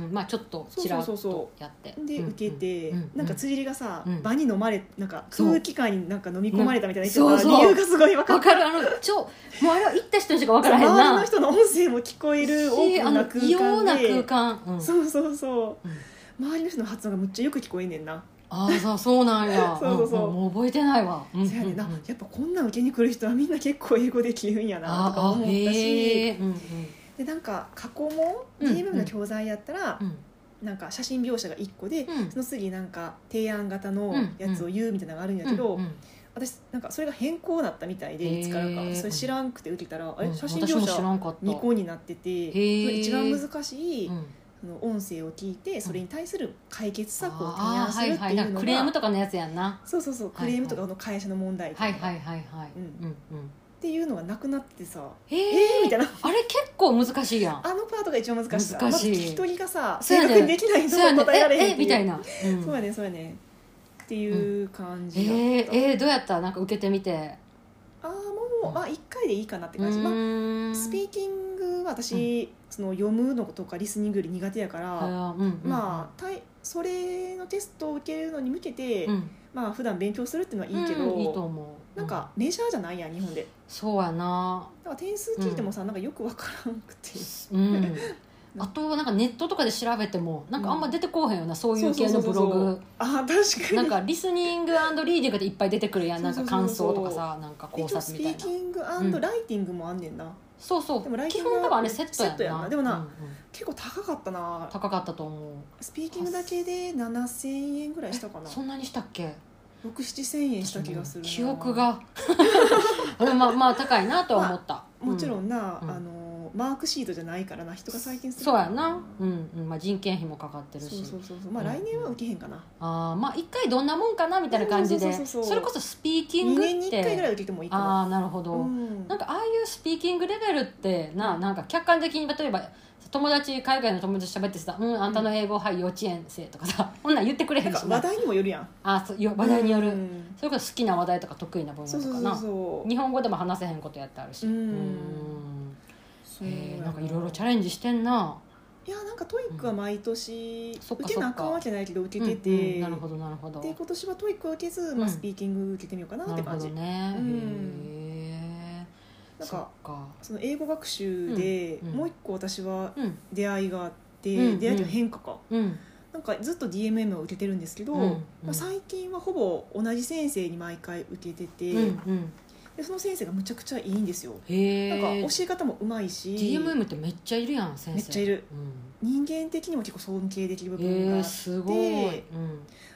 Speaker 1: んうんまあちょっとちらっ
Speaker 2: そうそう
Speaker 1: と
Speaker 2: そ
Speaker 1: やって
Speaker 2: で受けて、
Speaker 1: うんうん
Speaker 2: なんか釣りりがさ、
Speaker 1: うん
Speaker 2: 場に飲まれなんか
Speaker 1: そう
Speaker 2: 空気感になんか飲み込まれたみたいな人
Speaker 1: うん
Speaker 2: が
Speaker 1: そうそう
Speaker 2: 理由がすごい分か
Speaker 1: わ
Speaker 2: っ
Speaker 1: かるあの超もうあれは行った人にしかわ
Speaker 2: た
Speaker 1: からへん
Speaker 2: 周りの
Speaker 1: な
Speaker 2: 人の音声も聞こえるオープンな空間で
Speaker 1: しあの異様な空間うん
Speaker 2: そうそうそう、
Speaker 1: うん
Speaker 2: 周りの人の発音がむっちゃよく聞こえんねんな、
Speaker 1: ああそうそうなんや
Speaker 2: そうそうそうん
Speaker 1: んもう覚えてないわうんうんうん
Speaker 2: そやねんなやっぱこんなん受けに来る人はみんな結構英語できるんやなとか
Speaker 1: あ
Speaker 2: 思
Speaker 1: あ
Speaker 2: った
Speaker 1: へ
Speaker 2: し
Speaker 1: えうんうん
Speaker 2: でなんか過去問
Speaker 1: うん
Speaker 2: DMM の教材やったら、
Speaker 1: うん
Speaker 2: なんか写真描写が1個で、
Speaker 1: うん
Speaker 2: その次なんか提案型のやつを言うみたいなのがあるんや
Speaker 1: う
Speaker 2: けど、
Speaker 1: んうん
Speaker 2: 私なんかそれが変更だったみたい
Speaker 1: へ
Speaker 2: で
Speaker 1: ー
Speaker 2: いつからかそれ知らんくて受けたら、あ
Speaker 1: う
Speaker 2: れ
Speaker 1: ん
Speaker 2: 写真
Speaker 1: 私
Speaker 2: 描
Speaker 1: も知
Speaker 2: 写
Speaker 1: らんかった
Speaker 2: 2個になってて、そ
Speaker 1: ー
Speaker 2: れ一番難しい、
Speaker 1: うん
Speaker 2: その音声を聞いてそれに対する解決策を提案するって
Speaker 1: あーはいはい
Speaker 2: い
Speaker 1: なん
Speaker 2: う
Speaker 1: か
Speaker 2: の
Speaker 1: クレーム
Speaker 2: が
Speaker 1: とかのやつやんな
Speaker 2: そうそうそう
Speaker 1: はいは
Speaker 2: ク
Speaker 1: い
Speaker 2: レームとかの会社の問題とか、
Speaker 1: はいはいはいはい
Speaker 2: うん
Speaker 1: うんうん
Speaker 2: っていうのがなくなってさ
Speaker 1: へ
Speaker 2: え
Speaker 1: え
Speaker 2: ー、みたいな
Speaker 1: あれ結構難しいやん
Speaker 2: あのパートが一番難しい
Speaker 1: 難しい
Speaker 2: まず聞き取りがさ
Speaker 1: そうや
Speaker 2: 正
Speaker 1: ねん
Speaker 2: 確にできない
Speaker 1: そうや
Speaker 2: の
Speaker 1: ね
Speaker 2: を答えられへん
Speaker 1: ええみたい
Speaker 2: な
Speaker 1: なうん
Speaker 2: そうやねそうやねっていう感
Speaker 1: え
Speaker 2: じだった、
Speaker 1: ー、えーどうやったなんか受けてみて
Speaker 2: ああもう、まあ、1回でいいかなって感じ、
Speaker 1: う
Speaker 2: ま
Speaker 1: ーん
Speaker 2: あ、スピーキングは私、その読むのとかリスニングより苦手やから、
Speaker 1: あーうんうん
Speaker 2: まあたいそれのテストを受けるのに向けて、
Speaker 1: うん
Speaker 2: まあ普段勉強するっていうのはいいけど、
Speaker 1: うんいいと思う
Speaker 2: なんかメジャーじゃないやん日本で
Speaker 1: うんそうやな
Speaker 2: だから点数聞いてもさ、なんかよくわからんくて
Speaker 1: うんあとなんかネットとかで調べてもなんかあんま出てこうへんよな、そういう系のブロ
Speaker 2: そうそうそう
Speaker 1: グ
Speaker 2: そあー確かに
Speaker 1: なんかリスニングリーディングでいっぱい出てく るやんなんか感想とか
Speaker 2: そうそう
Speaker 1: さなんか考
Speaker 2: 一応
Speaker 1: 察
Speaker 2: ス
Speaker 1: み
Speaker 2: ピ
Speaker 1: たい
Speaker 2: ー
Speaker 1: な
Speaker 2: キングライティングもあんねんな、
Speaker 1: そうそう
Speaker 2: でもライテ
Speaker 1: 基
Speaker 2: ィングは
Speaker 1: 本だからあれセットやんな
Speaker 2: セットやんなでもな
Speaker 1: うんうん
Speaker 2: 結構高かったな
Speaker 1: 高かったと思う
Speaker 2: スピーキングだけで7000円ぐらいしたかな
Speaker 1: そんなにしたっけ
Speaker 2: 67000円した気がするな
Speaker 1: 記憶が うんまあまあ高いなとは思った、
Speaker 2: もちろ
Speaker 1: うん
Speaker 2: な、
Speaker 1: うん
Speaker 2: あのマークシートじゃないからな人が最近する
Speaker 1: そうやな、う
Speaker 2: うん
Speaker 1: んうんまあ、人件費もかかってる
Speaker 2: そう
Speaker 1: し
Speaker 2: そうそうそうまあ
Speaker 1: うん
Speaker 2: 来年は受けへんかな、
Speaker 1: あーまあ一回どんなもんかなみたいな感じで
Speaker 2: そうそうそうそう
Speaker 1: それこそスピーキン
Speaker 2: 2
Speaker 1: グって
Speaker 2: 年に1回ぐらい受けてもいいかな
Speaker 1: ああなるほど、
Speaker 2: うん
Speaker 1: なんかああいうスピーキングレベルってななんか客観的に例えば友達海外の友達と喋ってさ「うんあんたの英語はい幼稚園生」とかさこんなん言ってくれへ
Speaker 2: なん
Speaker 1: んし
Speaker 2: か話題にもよるやん
Speaker 1: あそうよ話題による、
Speaker 2: うん
Speaker 1: それこそ好きな話題とか得意な分野と
Speaker 2: そうそう
Speaker 1: か
Speaker 2: そう
Speaker 1: な
Speaker 2: そう
Speaker 1: 日本語でも話せへんことやってあるし
Speaker 2: うん
Speaker 1: うん
Speaker 2: そう
Speaker 1: へえ
Speaker 2: や
Speaker 1: なんかいろいろチャ
Speaker 2: い
Speaker 1: レンジしてんな
Speaker 2: やなんかトイックは毎年
Speaker 1: そっか
Speaker 2: 受けなあかんわけないけど受けてて、
Speaker 1: うんうんなるほどなるほど
Speaker 2: で今年はトイックは受けず、ま
Speaker 1: うん
Speaker 2: あ、スピーキング受けてみようかなっ
Speaker 1: な
Speaker 2: て
Speaker 1: るほ
Speaker 2: 感じ、
Speaker 1: どね
Speaker 2: う
Speaker 1: へ
Speaker 2: ん
Speaker 1: え
Speaker 2: なん
Speaker 1: そっ
Speaker 2: か
Speaker 1: か
Speaker 2: その英語学習で、
Speaker 1: うんうん
Speaker 2: もう一個私は
Speaker 1: うん
Speaker 2: 出会いがあって、
Speaker 1: うん
Speaker 2: 出会いというか変化か、
Speaker 1: うん
Speaker 2: なんかずっと DMM を受けてるんですけど、
Speaker 1: うんうん
Speaker 2: まあ、最近はほぼ同じ先生に毎回受けてて、
Speaker 1: うんうん
Speaker 2: でその先生がむちゃくちゃいいんですよ
Speaker 1: へえ
Speaker 2: なんか教え方もうまいし
Speaker 1: DMM ってめっちゃいるやん先生
Speaker 2: めっちゃいる、
Speaker 1: うん
Speaker 2: 人間的にも結構尊敬できる部分が、
Speaker 1: えー、すごい、うん、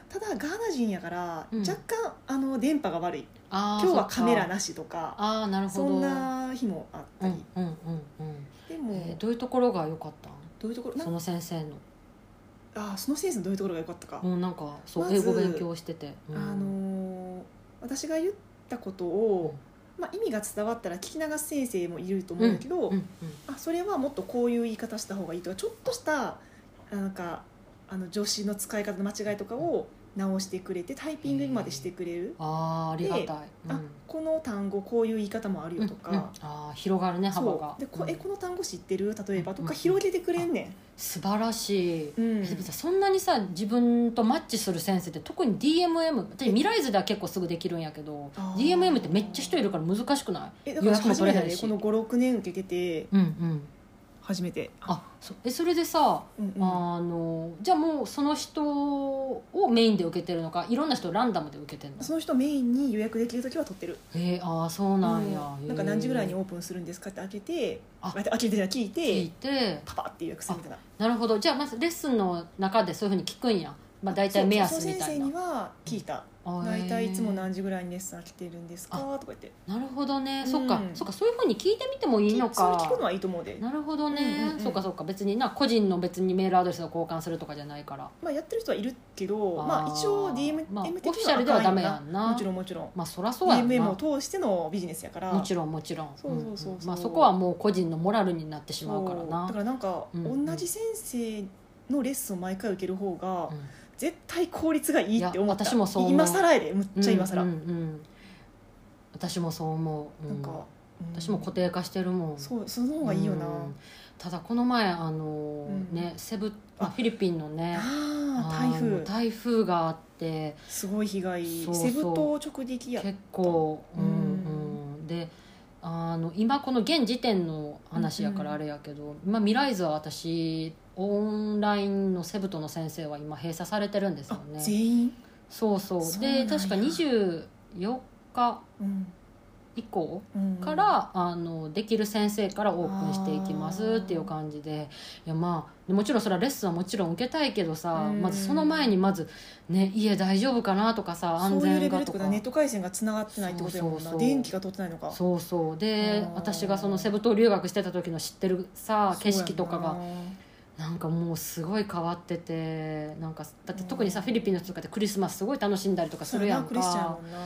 Speaker 2: ただガーナ人やから
Speaker 1: うん
Speaker 2: 若干あの電波が悪い、
Speaker 1: あー
Speaker 2: 今日はカメラ
Speaker 1: そっか
Speaker 2: なしとか
Speaker 1: あーなるほ
Speaker 2: そ
Speaker 1: ど
Speaker 2: んな日もあっ
Speaker 1: う
Speaker 2: たり
Speaker 1: ん、うんうんうん
Speaker 2: でも、
Speaker 1: えーどういうところが良かったん
Speaker 2: どういうところなん
Speaker 1: その先生の
Speaker 2: あーその先生のどういうところが良かったか、
Speaker 1: もうなんかそう、
Speaker 2: まず
Speaker 1: 英語勉強してて、うん
Speaker 2: あのー私が言ったことを、まあ、意味が伝わったら聞き流す先生もいると思うんだけど、
Speaker 1: うんうん
Speaker 2: あそれはもっとこういう言い方した方がいいとかちょっとしたあなんかあの助詞の使い方の間違いとかを直してくれてタイピングまでしてくれる、
Speaker 1: あーありがたい、うん
Speaker 2: あこの単語こういう言い方もあるよとか、
Speaker 1: うんうんあー広がるね幅
Speaker 2: そ
Speaker 1: が
Speaker 2: うでこ
Speaker 1: うん
Speaker 2: えこの単語知ってる例えばと
Speaker 1: うんうん
Speaker 2: か広げてくれんね
Speaker 1: 素晴らしい
Speaker 2: ん、うん
Speaker 1: でもさそんなにさ自分とマッチする先生って特に DMM 私未来図では結構すぐできるんやけど
Speaker 2: あー
Speaker 1: DMM ってめっちゃ人いるから難しくない
Speaker 2: えだか
Speaker 1: 予
Speaker 2: ら
Speaker 1: 約も
Speaker 2: 初
Speaker 1: 取
Speaker 2: め
Speaker 1: れな
Speaker 2: て
Speaker 1: い
Speaker 2: ね
Speaker 1: し
Speaker 2: この56年受けてて
Speaker 1: うんうん
Speaker 2: 初めて
Speaker 1: あそえそれでさ、
Speaker 2: うんうん
Speaker 1: あのじゃあもうその人をメインで受けてるのかいろんな人をランダムで受けてるの
Speaker 2: その人メインに予約できる時は取ってる
Speaker 1: えー、ああそうなんや、
Speaker 2: うんなんか何時ぐらいに
Speaker 1: へー
Speaker 2: オープンするんですかって開けて
Speaker 1: あ
Speaker 2: 開けてじゃあ聞い
Speaker 1: 聞
Speaker 2: て
Speaker 1: いて
Speaker 2: パパって予約するみたいな
Speaker 1: なるほどじゃあまずレッスンの中でそういうふうに聞くんや、まあ、大体目安みたい
Speaker 2: そうそう先生に
Speaker 1: な
Speaker 2: は聞いた
Speaker 1: あーへ
Speaker 2: 大
Speaker 1: ー
Speaker 2: 体いつも何時ぐらいにレッスン来てるんですかとか言って
Speaker 1: なるほどね、
Speaker 2: うん
Speaker 1: そっかそっかそういうふうに聞いてみてもいいの
Speaker 2: それ
Speaker 1: か
Speaker 2: 聞くのはいいと思うで、
Speaker 1: なるほどね、
Speaker 2: うんうんうん
Speaker 1: そっかそっか別にな個人の別にメールアドレスを交換するとかじゃないから
Speaker 2: まあ、やってる人はいるけど
Speaker 1: あー
Speaker 2: まあ、一応 DM、
Speaker 1: まあ
Speaker 2: DM
Speaker 1: オフィシャルではダメやんな
Speaker 2: もちろんもちろん
Speaker 1: まあそらそうやんな
Speaker 2: DMM を
Speaker 1: も
Speaker 2: 通してのビジネスやから
Speaker 1: ちろんもちろん
Speaker 2: そうそうそうそうん
Speaker 1: んまあ、そこはもう個人のモラルになってしまうから
Speaker 2: そう
Speaker 1: な
Speaker 2: だからなんか、
Speaker 1: うんうん
Speaker 2: 同じ先生のレッスンを毎回受ける方が、
Speaker 1: うん
Speaker 2: 絶対効率がいいって思った
Speaker 1: いや私もそう思う
Speaker 2: 今更やでむっちゃ今更、
Speaker 1: うんうんうん私もそう思う、う
Speaker 2: なんか、うん
Speaker 1: 私も固定化してるもん
Speaker 2: そうその方がいいよな、
Speaker 1: うんただこの前あの、
Speaker 2: うん
Speaker 1: ねセブ、まあ、
Speaker 2: あ
Speaker 1: フィリピンのね
Speaker 2: ああ
Speaker 1: あ
Speaker 2: 台
Speaker 1: の
Speaker 2: 風
Speaker 1: 台風があって
Speaker 2: すごい被害
Speaker 1: そうそう
Speaker 2: セブ島直撃や
Speaker 1: 結構うん
Speaker 2: うん
Speaker 1: うんであの今この現時点の話やから
Speaker 2: うん
Speaker 1: あれやけど、今未来図は私オンラインのセブとの先生は今閉鎖されてるんですよ
Speaker 2: あ
Speaker 1: ね
Speaker 2: 全員、
Speaker 1: そうそう
Speaker 2: そうなん
Speaker 1: で
Speaker 2: や
Speaker 1: 確か24日
Speaker 2: うん
Speaker 1: 以降
Speaker 2: うん
Speaker 1: から、あのできる先生からオープンしていきますっていう感じでいや、まあ、でもちろんそれはレッスンはもちろん受けたいけどさ、
Speaker 2: うん
Speaker 1: まずその前にまず、ね、家大丈夫かなとかさ安
Speaker 2: そういう
Speaker 1: 全
Speaker 2: レベル
Speaker 1: が
Speaker 2: ってことと
Speaker 1: か
Speaker 2: はネット回線がつながってないってことやもんな
Speaker 1: そうそうそう
Speaker 2: 電気が通ってないのか
Speaker 1: そうそうで
Speaker 2: あー
Speaker 1: 私がそのセブ島留学してた時の知ってるさ景色とか
Speaker 2: そうやん
Speaker 1: がなんかもうすごい変わっててなんかだって特にさ
Speaker 2: うん
Speaker 1: フィリピンの人とかってクリスマスすごい楽しんだりとか
Speaker 2: な
Speaker 1: す
Speaker 2: そ
Speaker 1: る
Speaker 2: れ
Speaker 1: や
Speaker 2: なんクリスチャンや
Speaker 1: か
Speaker 2: もんな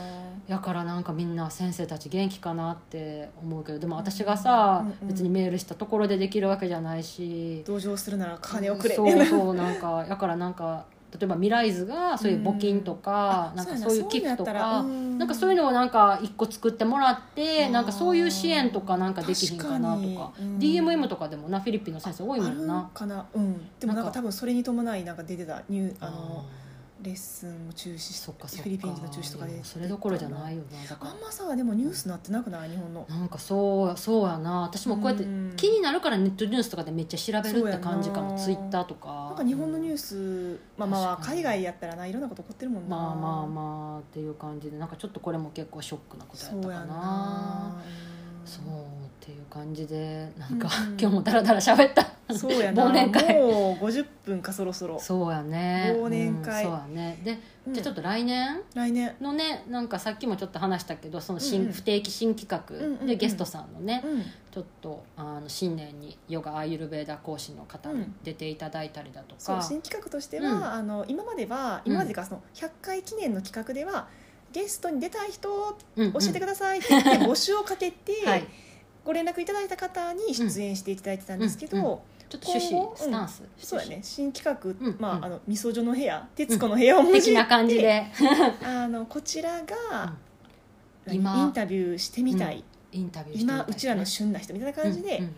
Speaker 1: だからなんかみんな先生たち元気かなって思うけどでも私がさ
Speaker 2: うんうん
Speaker 1: 別にメールしたところでできるわけじゃないし
Speaker 2: 同情するなら金をくれ、
Speaker 1: そうそうなんかだからなんか例えば未来図がそういう募金とか
Speaker 2: あ
Speaker 1: なんか
Speaker 2: や
Speaker 1: そういう寄
Speaker 2: や
Speaker 1: 付
Speaker 2: っ
Speaker 1: と
Speaker 2: たら
Speaker 1: か
Speaker 2: うん
Speaker 1: なんかそういうのをなんか一個作ってもらって
Speaker 2: うん
Speaker 1: なんかそういう支援とかなんかできひんかなと
Speaker 2: 確
Speaker 1: か
Speaker 2: かにうん
Speaker 1: DMM とかでもなフィリピンの先生多いも
Speaker 2: あ
Speaker 1: ん
Speaker 2: る
Speaker 1: な
Speaker 2: のかなうんでもなん
Speaker 1: なんか
Speaker 2: か多分それに伴いなんか出てたニューあの
Speaker 1: あ
Speaker 2: レッスンを中止
Speaker 1: ー
Speaker 2: し
Speaker 1: そっかそっか
Speaker 2: フィリピン人の中止とかで
Speaker 1: いやそれどころじゃないよなだか
Speaker 2: あんまさでもニュースなってなくない日本の
Speaker 1: らなんかそうそうやな私もこうやって
Speaker 2: うん
Speaker 1: 気になるからネットニュースとかでめっちゃ調べるって感じかも
Speaker 2: そ
Speaker 1: ツ
Speaker 2: う
Speaker 1: イ
Speaker 2: やな
Speaker 1: ッターとか
Speaker 2: なんか日本のニュ
Speaker 1: ス
Speaker 2: ースまあまあ
Speaker 1: 確かに
Speaker 2: 海外やったらないろんなこと起こってるもんな
Speaker 1: まあまあまあっていう感じでなんかちょっとこれも結構ショックなことや
Speaker 2: そ
Speaker 1: っ
Speaker 2: う
Speaker 1: た
Speaker 2: や
Speaker 1: か
Speaker 2: ん
Speaker 1: な
Speaker 2: な
Speaker 1: そうっていう感じでなんか、
Speaker 2: うんうん
Speaker 1: 今日もダラダラ喋った
Speaker 2: そうやな
Speaker 1: 忘年会
Speaker 2: もう50分かそろそろ、
Speaker 1: そうやね
Speaker 2: 忘年会
Speaker 1: うんそうやねで、
Speaker 2: う ん
Speaker 1: じゃあちょっと来年
Speaker 2: 来年
Speaker 1: のねなんかさっきもちょっと話したけどその新、
Speaker 2: うんうん
Speaker 1: 不定期新企画、
Speaker 2: うんうんうん
Speaker 1: でゲストさんのね、
Speaker 2: うん
Speaker 1: ちょっとあの新年にヨガアーユルベーダ講師の方
Speaker 2: う
Speaker 1: に
Speaker 2: ん
Speaker 1: 出ていただいたりだと
Speaker 2: そう
Speaker 1: か、
Speaker 2: 新企画としては、
Speaker 1: うん
Speaker 2: あの今までは今までかその100回記念の企画では、ゲストに出たい人教
Speaker 1: うんうん
Speaker 2: えてくださいって 言って募集をかけて、
Speaker 1: はい、
Speaker 2: ご連絡いただいた方に出演していただいてたんですけど、
Speaker 1: うんうんちょっと趣
Speaker 2: 今
Speaker 1: 旨
Speaker 2: 後
Speaker 1: スタンス、
Speaker 2: そうやね新企画、
Speaker 1: うん
Speaker 2: ま
Speaker 1: うん
Speaker 2: ああのみそじょの部屋徹子の部屋を
Speaker 1: 趣旨
Speaker 2: 交えて
Speaker 1: 的な感じで
Speaker 2: あのこちらが、
Speaker 1: うん今
Speaker 2: インタビューしてみたい、
Speaker 1: インタビューしてみたい
Speaker 2: 今うちらの旬な人みたいな感じで、
Speaker 1: うんうん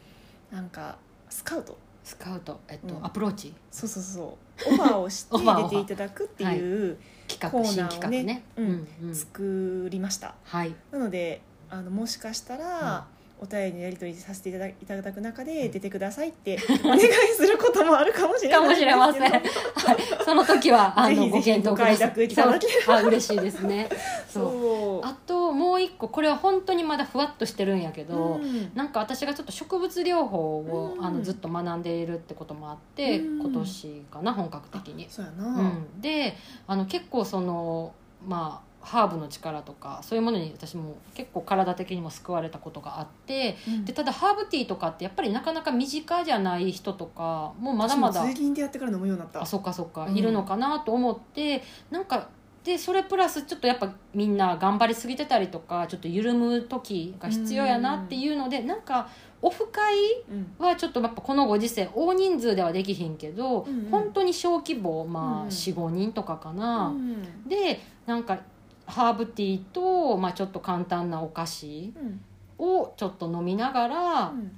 Speaker 2: なんかスカウト
Speaker 1: スカウト、えっと
Speaker 2: うん
Speaker 1: アプローチ
Speaker 2: そうそうそうオファーをし
Speaker 1: オファー
Speaker 2: て出ていただくっていう
Speaker 1: 企画
Speaker 2: コーナー
Speaker 1: 新
Speaker 2: をね
Speaker 1: 企画ね、
Speaker 2: うん
Speaker 1: うん
Speaker 2: 作りました、
Speaker 1: はい、
Speaker 2: なのであのもしかしたら、お便りのやり取りさせていただいただく中で出てくださいって お願いすることもあるかもしれない
Speaker 1: かもしれません、
Speaker 2: です
Speaker 1: は
Speaker 2: け
Speaker 1: い、その時はあ
Speaker 2: ぜ
Speaker 1: の
Speaker 2: ひ
Speaker 1: ご
Speaker 2: ぜひ
Speaker 1: 検討くださ
Speaker 2: ご快諾いただけれ
Speaker 1: そうあ嬉しいです ね
Speaker 2: ど
Speaker 1: そう
Speaker 2: そう
Speaker 1: あともう一個これは本当にまだふわっとしてるんやけど、
Speaker 2: うん
Speaker 1: なんか私がちょっと植物療法を、
Speaker 2: うん
Speaker 1: あのずっと学んでいるってこともあって、
Speaker 2: うん
Speaker 1: 今年かな本格的に、
Speaker 2: そうや
Speaker 1: う
Speaker 2: な、
Speaker 1: ん、であの結構そのまあハーブの力とかそういうものに私も結構体的にも救われたことがあってでただハーブティーとかってやっぱりなかなか身近じゃない人とかもまだまだ
Speaker 2: 私も通勤でやってから飲むようになった
Speaker 1: あそうかそうか、
Speaker 2: うん
Speaker 1: いるのかなと思ってなんかでそれプラスちょっとやっぱみんな頑張りすぎてたりとかちょっと緩む時が必要やなっていうので、なんかオフ会
Speaker 2: うん
Speaker 1: はちょっとやっぱこのご時世大人数ではできひんけど、
Speaker 2: うんうん
Speaker 1: 本当に小規模、ま
Speaker 2: うんう
Speaker 1: あ、
Speaker 2: ん
Speaker 1: 45人とかかな、
Speaker 2: うん
Speaker 1: でなんかハーブティーと、まあ、ちょっと簡単なお菓子
Speaker 2: うん
Speaker 1: をちょっと飲みながら、
Speaker 2: うん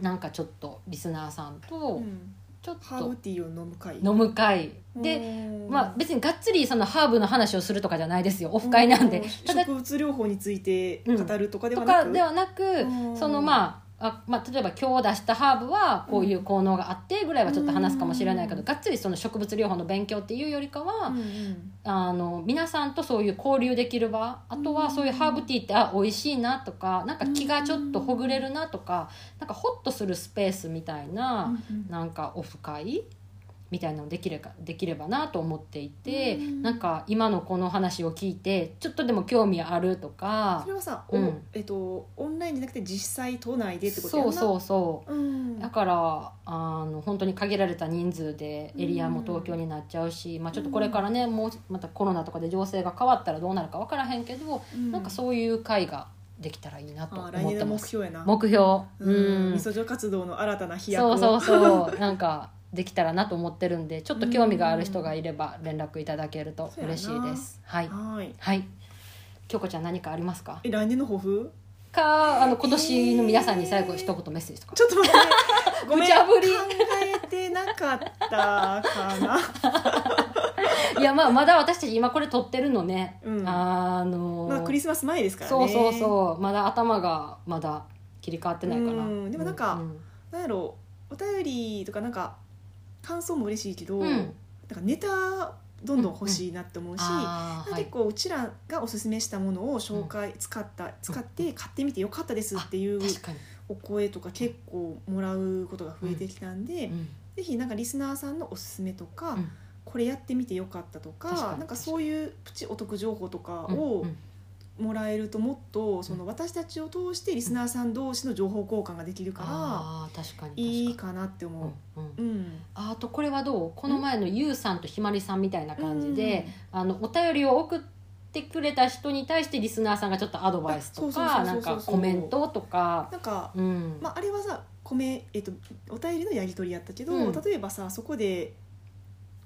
Speaker 1: なんかちょっとリスナーさんと
Speaker 2: うん
Speaker 1: ちょっ
Speaker 2: ハー
Speaker 1: と
Speaker 2: ブティーを飲む会
Speaker 1: 飲む会で、
Speaker 2: で
Speaker 1: まあ、別にがっつりそのハーブの話をするとかじゃないですよオフ会なんで。ただ
Speaker 2: 植物療法について語るとかで
Speaker 1: と
Speaker 2: はな
Speaker 1: か
Speaker 2: く、
Speaker 1: ではなく
Speaker 2: うん
Speaker 1: そのまああまあ、例えば今日出したハーブはこういう効能があってぐらいはちょっと話すかもしれないけど、
Speaker 2: うん
Speaker 1: がっつりその植物療法の勉強っていうよりかは、
Speaker 2: うんうん
Speaker 1: あの皆さんとそういう交流できる場あと
Speaker 2: う
Speaker 1: は
Speaker 2: ん
Speaker 1: そういうハーブティーってあ美味しいなとかなんか気がちょっとほぐれるなとかなんかホッとするスペースみたいな、
Speaker 2: うん
Speaker 1: なんかオフ会みたいなのできればできればなと思っていて、
Speaker 2: うん
Speaker 1: なんか今のこの話を聞いてちょっとでも興味あるとか
Speaker 2: それはさ、
Speaker 1: うん
Speaker 2: おえっとオンラインじゃなくて実際都内でってことや
Speaker 1: そ
Speaker 2: ん
Speaker 1: う
Speaker 2: な
Speaker 1: そうそう。
Speaker 2: うん
Speaker 1: だからあの本当に限られた人数でエリアも東京になっちゃうし、まあ、ちょっとこれからねもうまたコロナとかで情勢が変わったらどうなるか分からへんけど、
Speaker 2: うん
Speaker 1: なんかそういう会ができたらいいなと思
Speaker 2: あー来
Speaker 1: っ
Speaker 2: 年
Speaker 1: て
Speaker 2: の
Speaker 1: ま
Speaker 2: 目
Speaker 1: す
Speaker 2: 標やな
Speaker 1: 目標う
Speaker 2: うん
Speaker 1: ん、
Speaker 2: みそじょ活動の新たな飛躍
Speaker 1: そ
Speaker 2: を
Speaker 1: うそうそう なんかできたらなと思ってるんでちょっと興味がある人がいれば連絡いただけると嬉しいですはい
Speaker 2: はーい
Speaker 1: はい京子ちゃん何かありますか
Speaker 2: え来年の抱負
Speaker 1: かあの今年の皆さんに最後一言メッセージとか
Speaker 2: ちょっと 待ってごめん
Speaker 1: 無茶ぶり
Speaker 2: 考えてなかったかな
Speaker 1: いやまあまだ私たち今これ撮ってるのね、
Speaker 2: うん
Speaker 1: あの
Speaker 2: まあクリスマス前ですから
Speaker 1: そ
Speaker 2: ね
Speaker 1: うそうそうまだ頭がまだ切り替わってないから
Speaker 2: うんでもなんか
Speaker 1: うん
Speaker 2: なんやろうお便りとかなんか感想も嬉しいけど、
Speaker 1: うん
Speaker 2: なんかネタどんどん欲しいなって思うし、
Speaker 1: あーはい
Speaker 2: 結構うちらがおすすめしたものを紹介、使った使って買ってみてよかったですっていう
Speaker 1: 確かに、
Speaker 2: お声とか結構もらうことが増えてきたんで、
Speaker 1: うん
Speaker 2: ぜひなんかリスナーさんのおすすめとか、
Speaker 1: うん
Speaker 2: これやってみてよかったとか
Speaker 1: 確かに
Speaker 2: なんかそういうプチお得情報とか
Speaker 1: うん
Speaker 2: を
Speaker 1: うん
Speaker 2: もらえるともっとその私たちを通してリスナーさん同士の情報交換ができるから
Speaker 1: あー確かに確かに
Speaker 2: いいかなって思
Speaker 1: うんうん
Speaker 2: う。うん
Speaker 1: あとこれはどうこの前のゆうさんとひまりさんみたいな感じで、
Speaker 2: うん
Speaker 1: あのお便りを送ってくれた人に対してリスナーさんがちょっとアドバイスとか
Speaker 2: あ
Speaker 1: な
Speaker 2: そ
Speaker 1: ん
Speaker 2: うそうそうそう
Speaker 1: か
Speaker 2: そう
Speaker 1: コメントとか、
Speaker 2: なんか、
Speaker 1: うん
Speaker 2: まあ、あれはさ米、えっとお便りのやり取りやったけど、
Speaker 1: うん
Speaker 2: 例えばさそこで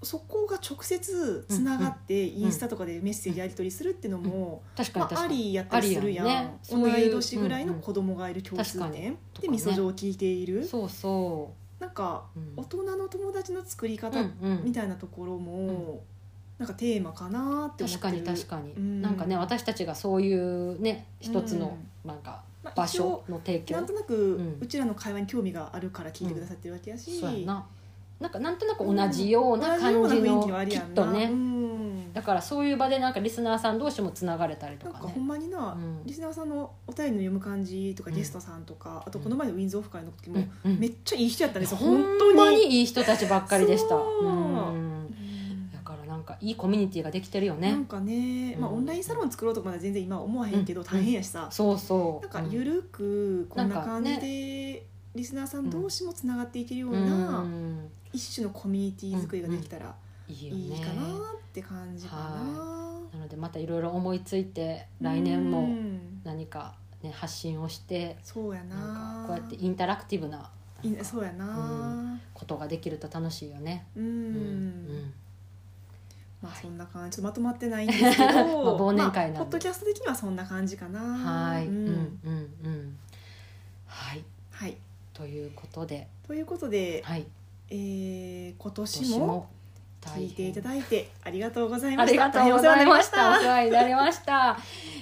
Speaker 2: そこが直接つながって、インスタとかでメッセージやり取りするっていうのも、
Speaker 1: 確かに
Speaker 2: ま
Speaker 1: 確
Speaker 2: あ、あ
Speaker 1: かに、
Speaker 2: りやったりするやん、
Speaker 1: ありやんねそう
Speaker 2: 同
Speaker 1: いう
Speaker 2: い年ぐらいの子供がいる共通
Speaker 1: うんうん確か
Speaker 2: 点
Speaker 1: とか
Speaker 2: で
Speaker 1: ね
Speaker 2: みそじを聞いている、
Speaker 1: そうそ
Speaker 2: なんか
Speaker 1: う、うん
Speaker 2: 大人の友達の作り方
Speaker 1: うんうん
Speaker 2: みたいなところも、なんかテーマかなって思
Speaker 1: 確
Speaker 2: って
Speaker 1: かに
Speaker 2: る
Speaker 1: 確かに、
Speaker 2: うん
Speaker 1: なんかね私たちがそういうね一つ
Speaker 2: う
Speaker 1: の
Speaker 2: ん
Speaker 1: なんか
Speaker 2: まあ
Speaker 1: 場
Speaker 2: 一応
Speaker 1: 所の提供、
Speaker 2: なんとなく、
Speaker 1: ん
Speaker 2: うちらの会話に興味があるから聞いてくださってるわけやし、
Speaker 1: そうやななんかなんとなく同じような感
Speaker 2: 同じ
Speaker 1: じ
Speaker 2: ような雰囲
Speaker 1: の
Speaker 2: 気はある
Speaker 1: き
Speaker 2: や
Speaker 1: っ
Speaker 2: んな
Speaker 1: とね
Speaker 2: うん
Speaker 1: だからそういう場でなんかリスナーさん同士もつながれたりと
Speaker 2: なん
Speaker 1: か
Speaker 2: か
Speaker 1: ね
Speaker 2: ほんまにな、
Speaker 1: うん
Speaker 2: リスナーさんのお便りの読む感じとか、
Speaker 1: うん
Speaker 2: ゲストさんとかあとこの前のウィンズオフ会の時も、
Speaker 1: うんうん
Speaker 2: めっちゃいい人やったんですよ
Speaker 1: 本
Speaker 2: 本
Speaker 1: 当
Speaker 2: 当に
Speaker 1: にいい人たちばっかりでした
Speaker 2: そう
Speaker 1: うんだからなんかいいコミュニティができてるよ
Speaker 2: な
Speaker 1: ね
Speaker 2: んかね、まあ、
Speaker 1: うん
Speaker 2: オンラインサロン作ろうとかまだ全然今は思わへんけど、
Speaker 1: うん
Speaker 2: 大変やしさ、
Speaker 1: そうそう
Speaker 2: なんかゆるくこんな感じ
Speaker 1: なん
Speaker 2: で、
Speaker 1: か
Speaker 2: リスナーさん同士もつながっていけるよう
Speaker 1: う
Speaker 2: な、
Speaker 1: ん
Speaker 2: 一種のコミュニティ作りができたら
Speaker 1: いいよ
Speaker 2: い
Speaker 1: ね
Speaker 2: いかなって感じかな、
Speaker 1: なのでまたいろいろ思いついて来年
Speaker 2: う
Speaker 1: も
Speaker 2: ん
Speaker 1: 何かね発信をして
Speaker 2: そうやな
Speaker 1: なんかこうやってインタラクティブななん
Speaker 2: い
Speaker 1: か
Speaker 2: そうやな、
Speaker 1: うんことができると楽しいよね
Speaker 2: うん、
Speaker 1: うん
Speaker 2: まあ
Speaker 1: はい
Speaker 2: そんな感じ、ちょっとまとまってないんです けど、まあ
Speaker 1: 忘年会なんで
Speaker 2: ポッドキャスト的にはそんな感じかな。
Speaker 1: うんはい
Speaker 2: うん
Speaker 1: うんうんうんはい
Speaker 2: はい。
Speaker 1: ということで
Speaker 2: ということで、
Speaker 1: はい
Speaker 2: えー今
Speaker 1: 今
Speaker 2: 年
Speaker 1: 年
Speaker 2: も
Speaker 1: も
Speaker 2: 聞
Speaker 1: 大
Speaker 2: いてい
Speaker 1: 変
Speaker 2: ただいてありがとうござい
Speaker 1: あ
Speaker 2: まし
Speaker 1: り
Speaker 2: た。
Speaker 1: がとうございました。お
Speaker 2: 大変お世話にな
Speaker 1: 世話になり
Speaker 2: りまし
Speaker 1: ました。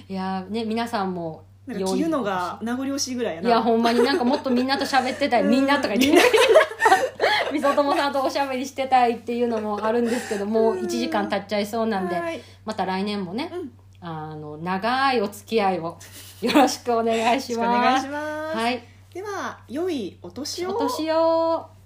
Speaker 1: いやーね皆さんも
Speaker 2: たなんか切るのが名残惜しいぐらいや
Speaker 1: い
Speaker 2: な。
Speaker 1: やほんまになんかもっとみんなと喋ってたい、
Speaker 2: うん
Speaker 1: みんなとか言っ
Speaker 2: みん
Speaker 1: て。みそともさんとおしゃべりしてたいっていうのもあるんですけどもう1時間経っちゃいそうなんで
Speaker 2: はい
Speaker 1: また来年もね
Speaker 2: うん、よ
Speaker 1: あの長いお付き合いをよろしくお願い
Speaker 2: ろし
Speaker 1: し
Speaker 2: くお願
Speaker 1: ま
Speaker 2: い
Speaker 1: す
Speaker 2: し。ます。
Speaker 1: はい、
Speaker 2: では良いお年を。
Speaker 1: お年を。